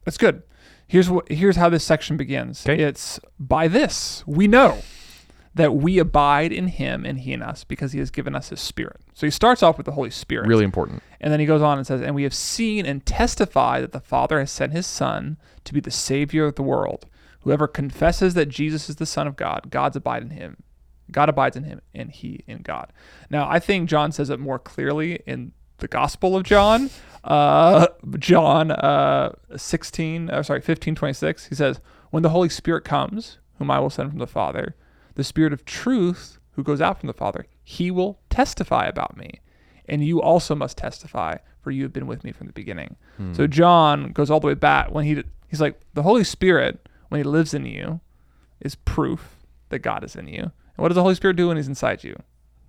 That's good. Here's what here's how this section begins.
Okay.
It's by this we know that we abide in him and he in us because he has given us his spirit. So he starts off with the Holy Spirit.
Really important.
And then he goes on and says, And we have seen and testify that the Father has sent his Son to be the Savior of the world. Whoever confesses that Jesus is the Son of God, God's abide in him. God abides in him, and he in God. Now, I think John says it more clearly in the Gospel of John, uh, John uh, 16, uh, sorry, 15, 26. He says, When the Holy Spirit comes, whom I will send from the Father, the Spirit of truth who goes out from the Father, he will testify about me and you also must testify for you have been with me from the beginning
Hmm.
so john goes all the way back when he he's like the holy spirit when he lives in you is proof that god is in you and what does the holy spirit do when he's inside you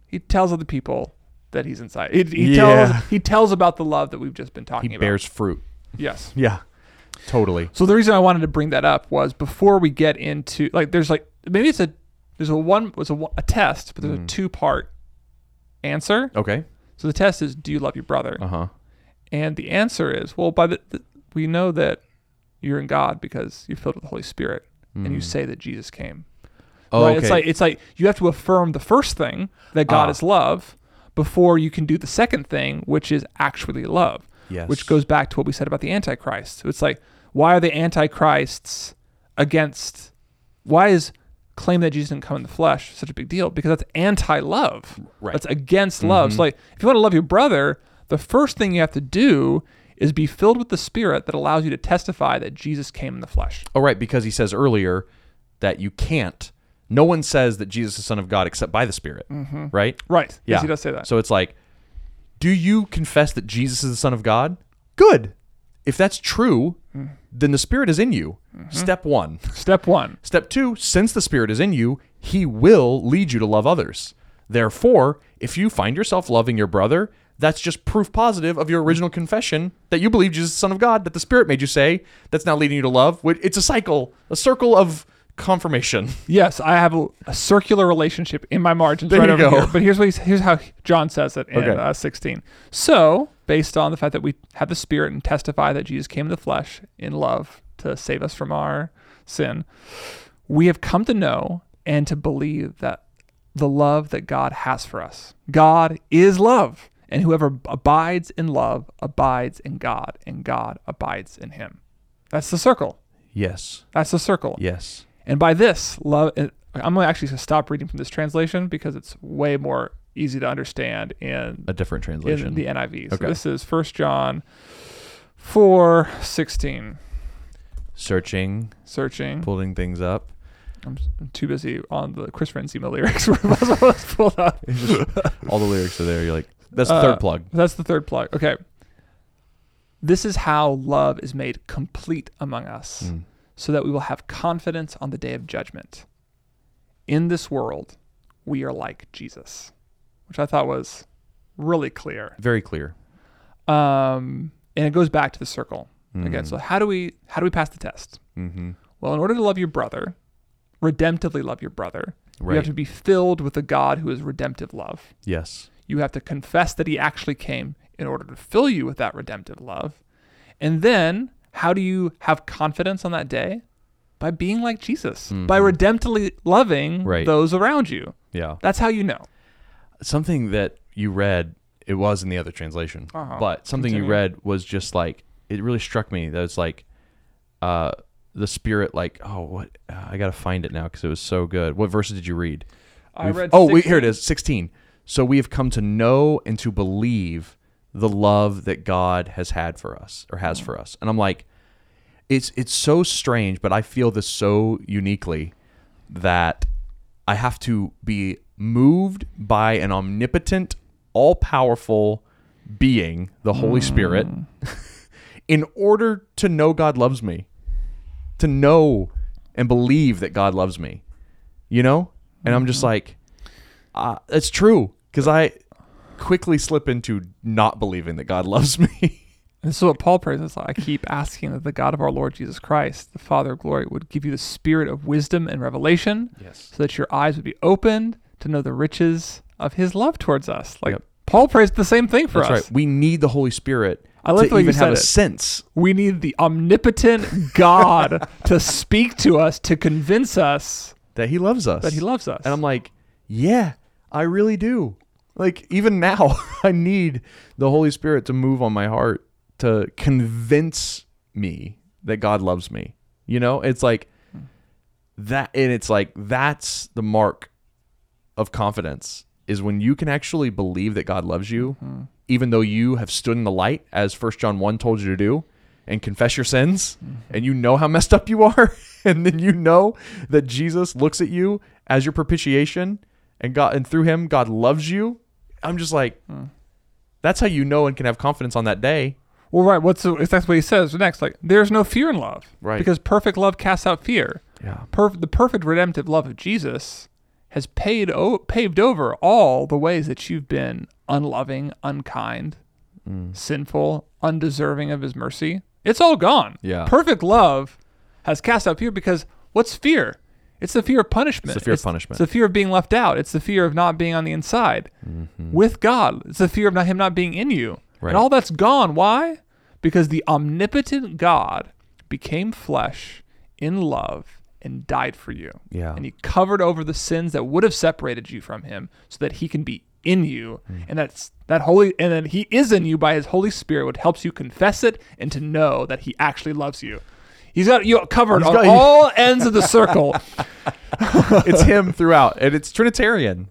he tells other people that he's inside he, he
Yeah.
tells he tells about the love that we've just been talking
He
about
bears fruit.
yes
Yeah. Totally.
so the reason I wanted to bring that up was before we get into like there's like maybe it's a there's a one was a, one- a test but
Hmm.
there's a two part answer.
Okay.
So the test is do you love your brother?
Uh huh.
And the answer is, well, by the, the we know that you're in God because you're filled with the Holy Spirit and you say that Jesus came.
Oh,
Right?
okay.
It's like it's like you have to affirm the first thing that God
Ah.
is love before you can do the second thing, which is actually love.
Yes.
Which goes back to what we said about the Antichrist. So it's like, why are the Antichrists against? Why is claim that Jesus didn't come in the flesh such a big deal? Because that's anti-love.
Right. Mm-hmm.
That's against love. So like, if you want to love your brother, the first thing you have to do is be filled with the Spirit that allows you to testify that Jesus came in the flesh.
Oh, right, because he says earlier that you can't. No one says that Jesus is Son of God except by the Spirit,
Mm-hmm.
right?
Right. Yes, he does say that.
So it's like, do you confess that Jesus is the Son of God? Good. If that's true, then the Spirit is in you.
Mm-hmm.
Step one.
Step one.
Step two, since the Spirit is in you, He will lead you to love others. Therefore, if you find yourself loving your brother, that's just proof positive of your original confession that you believe Jesus is the Son of God, that the Spirit made you say, that's now leading you to love. Wh- It's a cycle, a circle of confirmation.
Yes, I have a, a circular relationship in my margins right
you go.
over here. But here's what he's, here's how John says it in
Okay.
uh, 16. So, based on the fact that we have the Spirit and testify that Jesus came in the flesh in love to save us from our sin, we have come to know and to believe that the love that God has for us. God is love, and whoever abides in love abides in God, and God abides in him. That's the circle.
Yes,
That's the circle.
yes.
And by this, love. I'm gonna actually stop reading from this translation because it's way more easy to understand in,
A different translation.
in the NIV. So
Okay.
this is First John four sixteen.
Searching,
Searching.
pulling things up.
I'm s- I'm too busy on the Chris Renzema lyrics. We're about to- let's pull up.
All the lyrics are there. You're like, that's the
Uh,
third plug.
That's the third plug. Okay. This is how love is made complete among us,
Mm.
so that we will have confidence on the day of judgment. In this world, we are like Jesus, which I thought was really clear.
Very clear.
Um, and it goes back to the circle
Mm.
again. So how do we how do we pass the test?
Mm-hmm.
Well, in order to love your brother, redemptively love your brother, you
Right.
have to be filled with the God who is redemptive love.
Yes.
You have to confess that he actually came in order to fill you with that redemptive love. And then, how do you have confidence on that day? By being like Jesus, by redemptively loving
Mm-hmm. Right.
those around you.
Yeah.
That's how you know.
something that you read it was in the other translation
Uh-huh.
but something you
Continue.
read was just like it really struck me that it's like uh the spirit like oh what uh, i gotta find it now because it was so good what verses did you read
I
We've-
read
oh wait here it
16.
is 16 so we have come to know and to believe the love that god has had for us or has for us and i'm like it's it's so strange, but I feel this so uniquely that I have to be moved by an omnipotent, all-powerful being, the Holy Spirit,
Mm.
in order to know God loves me, to know and believe that God loves me. You know? And I'm just
Mm-hmm.
like uh, it's true cuz I quickly slip into not believing that God loves me.
This is what Paul prays. It's like, I keep asking that the God of our Lord Jesus Christ, the Father of glory, would give you the spirit of wisdom and revelation
Yes.
so that your eyes would be opened to know the riches of his love towards us. Like
Yep.
Paul prays the same thing for
That's
us.
right. We need the Holy Spirit
I like the
to
way you
even have a
said it.
sense.
We need the omnipotent God to speak to us, to convince us
that he loves us.
that he loves us.
And I'm like, yeah, I really do. Like even now, I need the Holy Spirit to move on my heart to convince me that God loves me. You know, it's like that, and it's like that's the mark of confidence is when you can actually believe that God loves you, even though you have stood in the light, as First John one told you to do, and confess your sins, and you know how messed up you are, and then you know that Jesus looks at you as your propitiation, and God, and through Him, God loves you. I'm just like, that's how you know and can have confidence on that day.
well, right. What's the, if that's what he says next? Like, there's no fear in love,
Right.
Because perfect love casts out fear.
Yeah.
Perf- the perfect redemptive love of Jesus has paid o- paved over all the ways that you've been unloving, unkind,
Mm.
sinful, undeserving of His mercy. It's all gone.
Yeah.
Perfect love has cast out fear because what's fear? It's the fear of punishment.
It's the fear of punishment.
It's the fear of being left out. It's the fear of not being on the inside with God. It's the fear of not Him not being in you.
Mm-hmm. Right.
And all that's gone. Why? Because the omnipotent God became flesh in love and died for you.
Yeah.
And He covered over the sins that would have separated you from Him, so that He can be in you,
Mm.
and that's that holy, and then He is in you by His Holy Spirit, which helps you confess it and to know that He actually loves you. He's got you covered on
got you-
all ends of the circle.
it's him throughout and it's trinitarian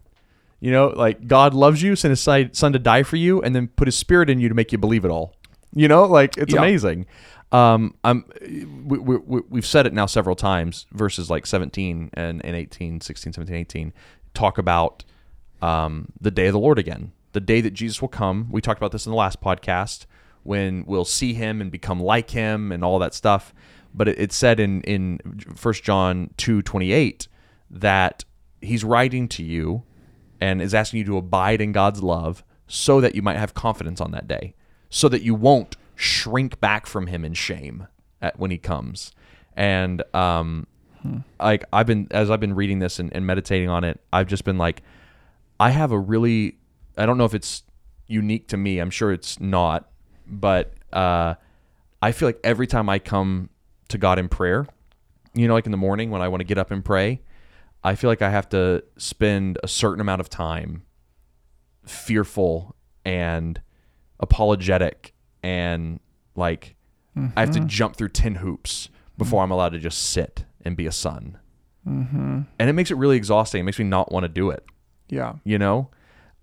you know like god loves you sent his si- son to die for you and then put his spirit in you to make you believe it all you know like it's
Yeah.
amazing um i'm we, we, we, we've said it now several times verses like 17 and, and 18 16 17 18 talk about um, the day of the lord again the day that jesus will come we talked about this in the last podcast when we'll see him and become like him and all that stuff but it, it said in in first john two twenty eight that he's writing to you and is asking you to abide in God's love so that you might have confidence on that day, so that you won't shrink back from Him in shame at, when He comes. And um, like I've been as I've been reading this and, and meditating on it, I've just been like, I have a really I don't know if it's unique to me. I'm sure it's not, but uh, I feel like every time I come to God in prayer, you know, like in the morning when I want to get up and pray, I feel like I have to spend a certain amount of time fearful and apologetic and like I have to
Mm-hmm.
jump through 10 hoops before I'm allowed to just sit and be a son. Mm-hmm. And it makes it really exhausting. It makes me not want to do it
yeah.
you know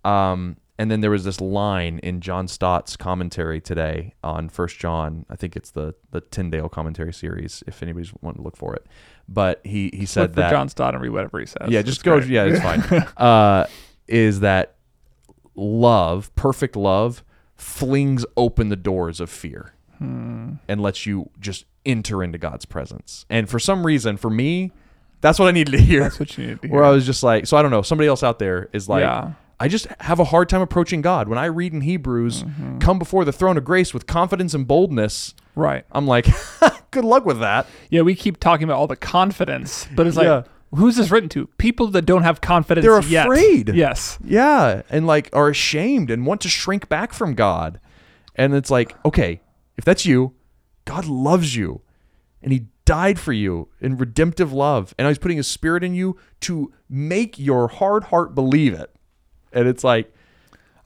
um, and then there was this line in john stott's commentary today on first john i think it's the the tyndale commentary series if anybody's wanting to look for it but he he said
Look for
that
John Stott and read whatever he says.
yeah,
It's
just go.
great.
Yeah, it's fine. uh, is that love, perfect love, flings open the doors of fear
Hmm.
and lets you just enter into God's presence. And for some reason, for me, that's what I needed to hear.
That's what you needed to
Where I
hear.
was just like, so I don't know. Somebody else out there is like.
Yeah.
I just have a hard time approaching God. When I read in Hebrews,
Mm-hmm.
come before the throne of grace with confidence and boldness,
Right.
I'm like, good luck with that.
Yeah, we keep talking about all the confidence, but it's like,
Yeah.
who's this written to? People that don't have confidence.
They're
yet.
afraid.
Yes.
Yeah, and like are ashamed and want to shrink back from God. And it's like, okay, if that's you, God loves you and he died for you in redemptive love. And now he's putting his spirit in you to make your hard heart believe it. and it's like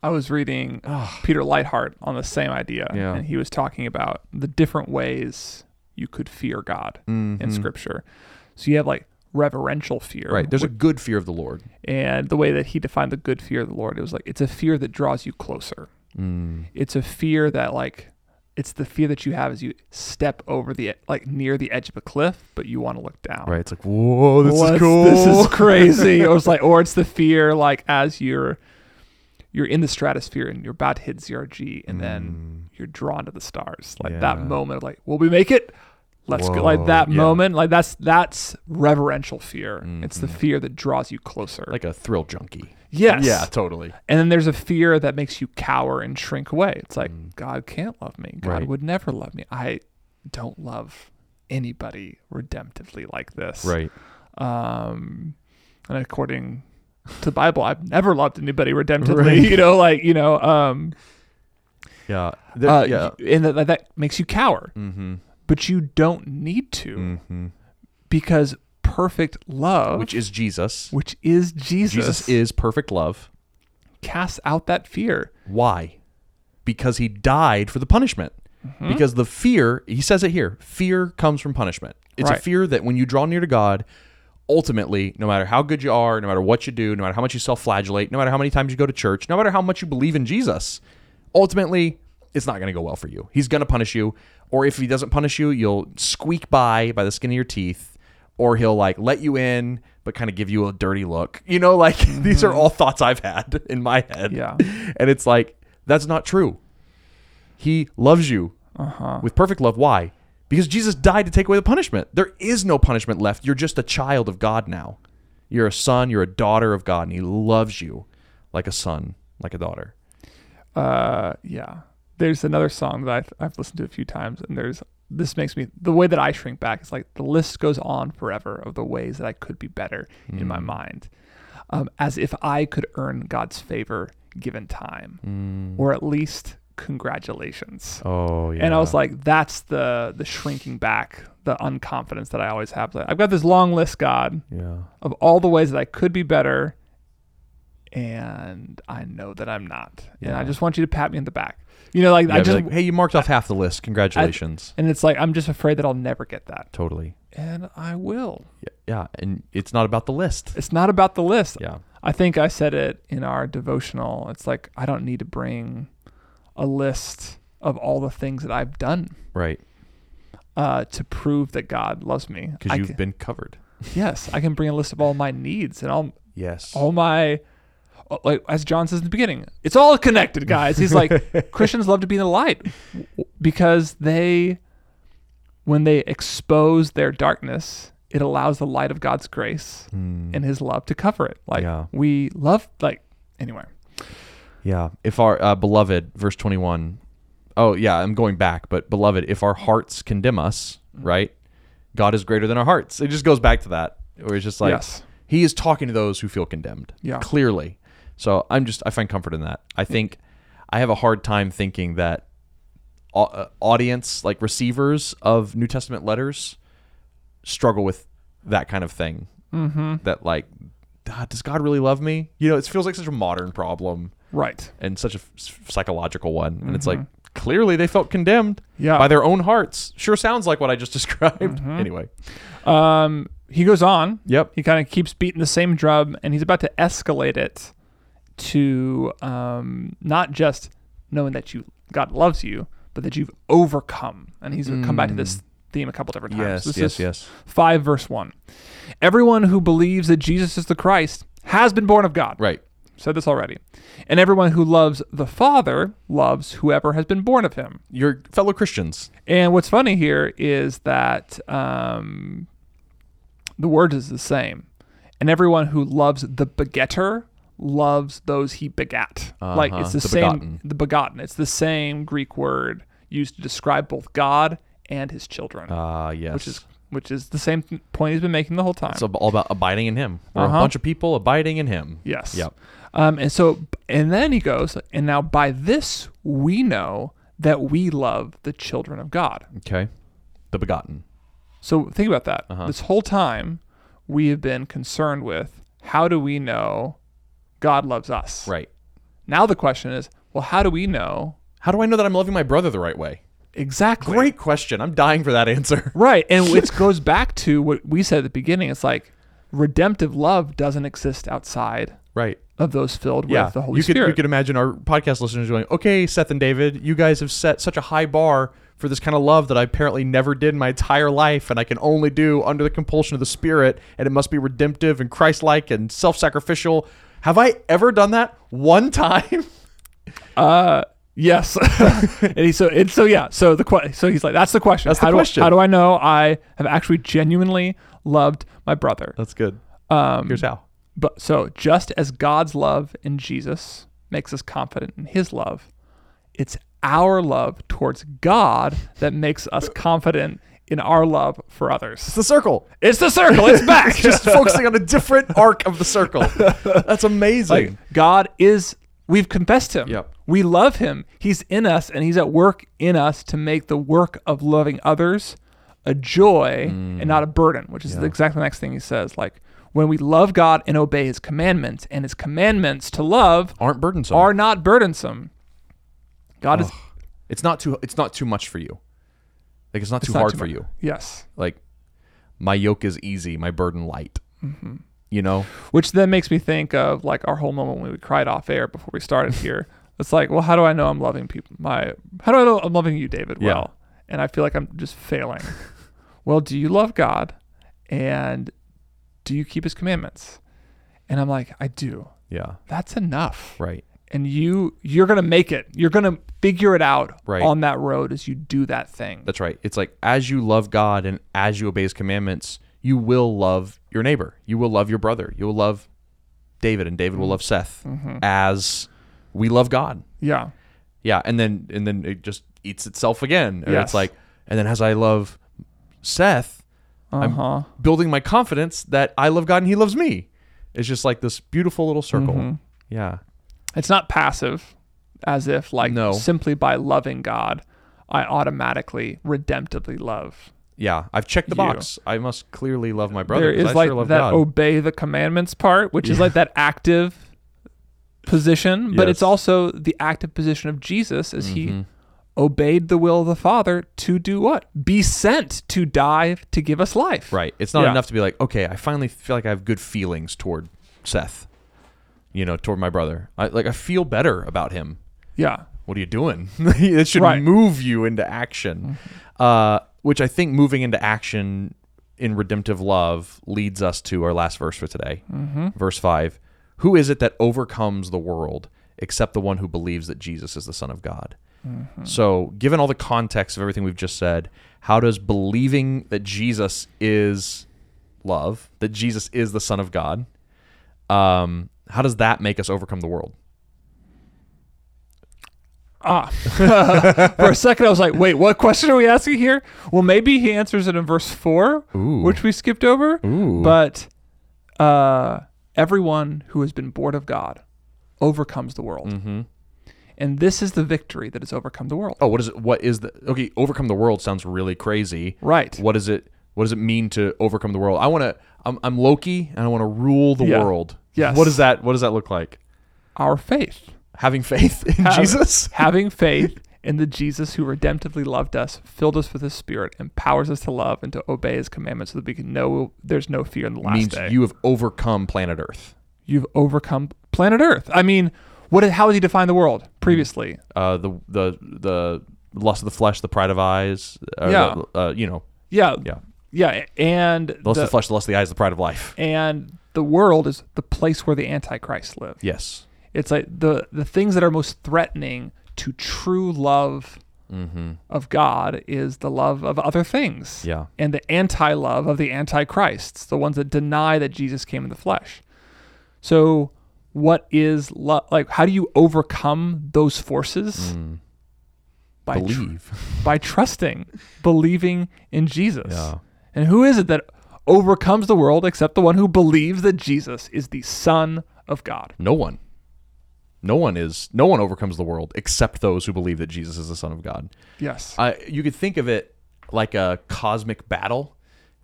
I was reading Peter Lighthart on the same idea,
Yeah.
and he was talking about the different ways you could fear God in Scripture. So you have like reverential fear,
Mm-hmm. right. There's a good fear of the Lord.
and the way that he defined the good fear of the Lord, it was like it's a fear that draws you closer.
Mm.
It's a fear that like it's the fear that you have as you step over the e, like near the edge of a cliff, but you want to look down.
Right. It's like whoa, this
What's-
is cool.
This is crazy. or it's like, or it's the fear like as you're you're in the stratosphere and you're about to hit zero g, and then you're drawn to the stars. Like that
Mm. Yeah.
moment of like, will we make it? Let's go. Like
Whoa,
that
yeah.
moment. Like that's that's reverential fear. It's
Mm-hmm.
the fear that draws you closer.
like a thrill junkie.
yes,
Yeah, totally.
and then there's a fear that makes you cower and shrink away. It's like God can't love me. God
Mm. Right.
would never love me. I don't love anybody redemptively like this
Right.
um and according to the bible i've never loved anybody redemptively you know like you know um
Yeah. There-
uh,
yeah.
and that, that makes you cower
Mm-hmm.
but you don't need to
Mm-hmm.
because perfect love
Which is Jesus.
which is jesus,
Jesus is perfect love.
casts out that fear
Why? Because he died for the punishment. Because the fear, he says it here, fear comes from punishment. It's a
Right.
fear that when you draw near to God, ultimately, no matter how good you are, no matter what you do, no matter how much you self flagellate, no matter how many times you go to church, no matter how much you believe in Jesus, ultimately, it's not going to go well for you. He's going to punish you. Or if he doesn't punish you, you'll squeak by by the skin of your teeth. Or he'll like let you in, but kind of give you a dirty look. You know, like these are all thoughts I've had in my head.
Yeah.
And it's like, that's not true. He loves you with perfect love. Why? Because Jesus died to take away the punishment. There is no punishment left. You're just a child of God now. You're a son, you're a daughter of God, and He loves you like a son, like a daughter.
uh yeah there's another song that I've, I've listened to a few times and there's this makes me the way that i shrink back is like the list goes on forever of the ways that i could be better in
Hmm.
my mind um, as if i could earn god's favor given time or at least congratulations
Hmm. Oh, yeah.
and i was like that's the the shrinking back the unconfidence that i always have like, i've got this long list god
yeah.
of all the ways that I could be better, and I know that I'm not. And I
Yeah.
just want you to pat me in the back. You know, like
Yeah,
I
I'd be
just
like, hey, you marked off half the list. Congratulations.
and it's like I'm just afraid that I'll never get that,
totally.
and I will.
Yeah, yeah. And it's not about the list.
It's not about the list.
Yeah.
I think I said it in our devotional. It's like I don't need to bring a list of all the things that I've done
Right.
uh, to prove that God loves me. I
Because you've
can-
been covered.
yes, I can bring a list of all my needs and all
Yes.
all my uh, like as John says in the beginning, it's all connected, guys. He's like Christians love to be in the light because they when they expose their darkness, it allows the light of God's grace and his love to cover it. Like
Yeah.
we love like anyway.
Yeah. If our uh, beloved, verse 21. Oh, yeah, I'm going back, but beloved, if our hearts condemn us,
Mm-hmm.
right? God is greater than our hearts. It just goes back to that, where it's just like,
Yes.
he is talking to those who feel condemned.
Yeah.
Clearly. So I'm just, I find comfort in that. I think I have a hard time thinking that au- uh, audience, like receivers of New Testament letters, struggle with that kind of thing. Mm-hmm. That, like, "Ah, does God really love me? You know, it feels like such a modern problem
Right.
and such a f- psychological one. And it's like clearly they felt condemned
Mm-hmm. Yeah. Mm-hmm.
by their own hearts. Sure sounds like what I just described. Anyway,
Um he goes on.
yep.
He kind of keeps beating the same drum and he's about to escalate it to um, not just knowing that you God loves you, but that you've overcome. And he's come back to this theme a couple different times.
Mm. Yes,
This
yes,
is
yes.
5 verse 1. Everyone who believes that Jesus is the Christ has been born of God.
Right.
Said this already. And everyone who loves the Father loves whoever has been born of him.
Your fellow Christians.
And what's funny here is that um, the word is the same. And everyone who loves the begetter loves those he begat. Like
Uh-huh,
it's the,
the
same,
begotten.
the begotten. It's the same Greek word used to describe both God and his children,
Ah, yes.
which is which is the same th- point he's been making the whole time.
it's ab- all about abiding in Him. We're
Uh-huh.
a bunch of people abiding in Him.
Yes.
Yep.
Um, and so, and then he goes, and now by this we know that we love the children of God.
Okay. The begotten.
So think about that.
Uh-huh.
This whole time, we have been concerned with how do we know God loves us.
Right.
Now the question is, well, how do we know
How do I know that I'm loving my brother the right way?
exactly?
Great question. I'm dying for that answer.
Right. And it goes back to what we said at the beginning. It's like redemptive love doesn't exist outside
Right.
of those filled
Yeah.
with the Holy
you could
Spirit.
you could imagine our podcast listeners going, "Okay, Seth and David, you guys have set such a high bar for this kind of love that I apparently never did in my entire life and I can only do under the compulsion of the Spirit and it must be redemptive and Christ-like and self-sacrificial." Have I ever done that one time?
Yes. and he so and so yeah. So the que- so he's like that's the question.
That's the
how
question.
Do, how do I know I have actually genuinely loved my brother?
That's good. Um, Here's how.
But so just as God's love in Jesus makes us confident in His love, it's our love towards God that makes us confident in our love for others.
It's the circle.
It's the circle. It's back.
Just focusing on a different arc of the circle. That's amazing.
Like God is we've confessed him.
Yep.
We love him. He's in us and he's at work in us to make the work of loving others a joy and
Mm.
not a burden, which is exactly the next thing he says. Like when we love God and obey his commandments, and his commandments to love
aren't burdensome.
are not burdensome. God is
it's not too it's not too much for you. Like it's not
it's
too
not
hard
too
for
much.
you.
Yes.
Like my yoke is easy, my burden light. You know?
Which then makes me think of like our whole moment when we cried off air before we started here. It's like, well, how do I know I'm loving people? My how do I know I'm loving you, David?
Yeah.
Well, and I feel like I'm just failing. well, do you love God, and do you keep His commandments? And I'm like, I do.
Yeah.
That's enough.
Right.
And you you're gonna make it. You're gonna figure it out
Right.
on that road as you do that thing.
That's right. It's like as you love God and as you obey his commandments, you will love your neighbor. You will love your brother. You will love David and David will love Seth as we love God.
yeah.
Yeah, and then and then it just eats itself again. Or
Yes.
It's like and then as I love Seth,
Uh huh.
building my confidence that I love God and He loves me. It's just like this beautiful little circle. Yeah.
It's not passive, as if like
No.
simply by loving God, I automatically redemptively love.
Yeah. I've checked the
You.
box. I must clearly love my brother.
there
'cause
is
I
like
sure love
that
God.
obey the commandments part, which is like that active position, but it's
Yes. Mm-hmm.
also the active position of Jesus as he obeyed the will of the Father to do what? Be sent to die to give us life.
right. It's not
Yeah.
enough to be like, okay, I finally feel like I have good feelings toward Seth, you know, toward my brother. I, like, I feel better about him.
Yeah.
what are you doing? it should
Right. Mm-hmm.
move you into action. Uh, which I think moving into action in redemptive love leads us to our last verse for today.
Mm-hmm.
Verse 5 Who is it that overcomes the world except the one who believes that Jesus is the Son of God?
Mm-hmm.
So, given all the context of everything we've just said, how does believing that Jesus is love, that Jesus is the Son of God, um, how does that make us overcome the world?
Ah. For a second, I was like, wait, what question are we asking here? Well, maybe he answers it in verse four,
Ooh.
which we skipped over.
Ooh.
But uh, everyone who has been born of God overcomes the world. And this is the victory that has overcome the world.
Mm-hmm. oh what is it what is the okay overcome the world sounds really crazy
Right.
what is it what does it mean to overcome the world i want to I'm, I'm loki and i want to rule the
Yeah.
world
Yes.
what does that what does that look like
Our faith.
having faith in
Have-
jesus
Having faith in the Jesus who redemptively loved us, filled us with his spirit, empowers us to love and to obey his commandments so that we can know there's no fear in the last
means
day.
you have overcome planet earth
you've overcome planet Earth. I mean, what? How has he defined the world previously?
uh the the the lust of the flesh the pride of eyes uh,
Yeah.
the- uh, you know
Yeah,
yeah
yeah, and
the lust
the,
of the flesh the lust of the eyes the pride of life
and the world is the place where the Antichrist lives.
yes
It's like the the things that are most threatening to true love of God is the love of other things.
Mm-hmm. Yeah.
and the anti love of the antichrists, the ones that deny that Jesus came in the flesh. So, what is love? Like, how do you overcome those forces? By tr-
Mm. believe
by trusting, believing in Jesus.
Yeah.
And who is it that overcomes the world except the one who believes that Jesus is the Son of God?
no one no one is no one overcomes the world except those who believe that jesus is the son of god
Yes.
uh, you could think of it like a cosmic battle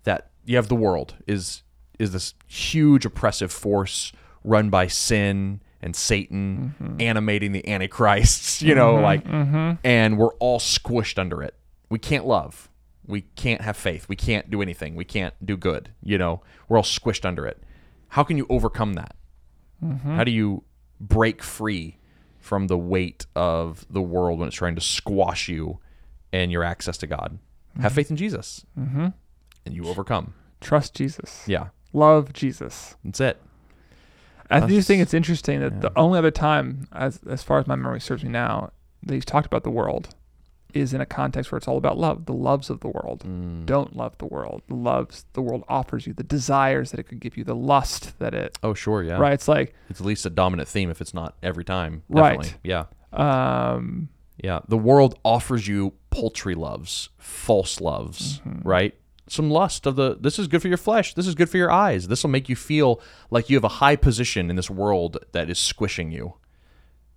that you have the world is is this huge oppressive force run by sin and Satan animating the antichrists, you know, like and we're all squished under it. We can't love. We can't have faith. We can't do anything. We can't do good, you know. We're all squished under it. How can you overcome that? How do you break free from the weight of the world when it's trying to squash you and your access to God? Have faith in Jesus, mm-hmm. and you overcome.
Trust Jesus.
Yeah,
Love Jesus.
that's it.
I do think it's interesting that the only other time, as as far as my memory serves me now, that he's talked about the world is in a context where it's all about love, the loves of the world.
Mm.
Don't love the world. The loves the world offers you, the desires that it could give you, the lust that it
Oh, sure, yeah.
right. It's like
It's at least a dominant theme if it's not every time.
Right.
Definitely. Yeah.
um
Yeah. The world offers you paltry loves, false loves,
Mm-hmm.
right? Some lust of the this is good for your flesh, this is good for your eyes. This will make you feel like you have a high position in this world that is squishing you.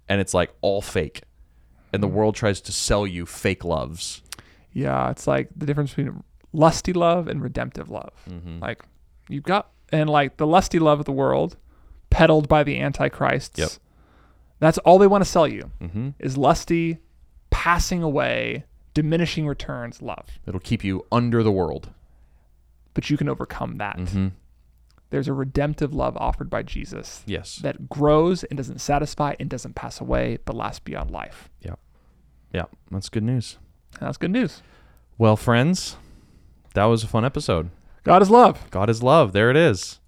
And it's like all fake. And
Mm-hmm.
the world tries to sell you fake loves.
Yeah, it's like the difference between lusty love and redemptive love.
Mm-hmm.
Like you've got and like the lusty love of the world, peddled by the antichrists.
Yep. Mm-hmm.
That's all they want to sell you is lusty, passing away, diminishing returns love.
It'll keep you under the world.
But you can overcome that.
Mm-hmm.
There's a redemptive love offered by Jesus
Yes.
that grows and doesn't satisfy and doesn't pass away, but lasts beyond life.
yeah. Yeah. That's good news.
And that's good news.
Well, friends, that was a fun episode.
God is love.
God is love. There it is.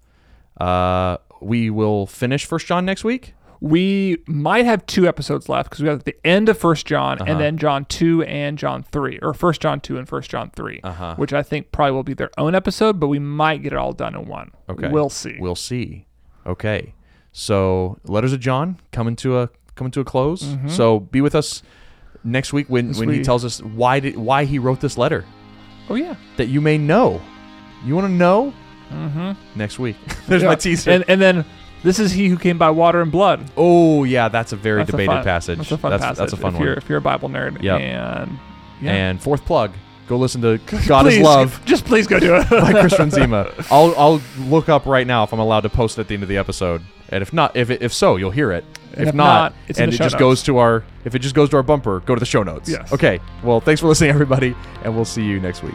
Uh, we will finish First John next week.
we might have two episodes left because we have the end of first john
Uh-huh.
and then john 2 and john 3 or first john 2 and first john 3
Uh-huh.
which i think probably will be their own episode but we might get it all done in one
Okay,
we'll see
We'll see. Okay. So letters of John coming to a coming to a close. So be with us next week when when he
Mm-hmm. week.
tells us why did why he wrote this letter
oh yeah
that you may know. You want to know? Mm-hmm. Next week. There's
Yeah.
my teaser.
and, and then this is he who came by water and blood
oh yeah, that's a very
That's a
debated
fun-
passage.
that's a fun
that's,
passage
That's a fun
if
one.
you're, if you're a bible nerd
Yep.
and
And fourth plug. Go listen to God is
Please,
Love.
just please go do it
by Christian Zima. I'll I'll look up right now if I'm allowed to post it at the end of the episode. And if not, if if so, you'll hear it.
And
if,
if
not,
not, it's in
and
the
it
show
just
notes.
goes to our if it just goes to our bumper, go to the show notes.
Yes.
Okay. Well, thanks for listening, everybody, and we'll see you next week.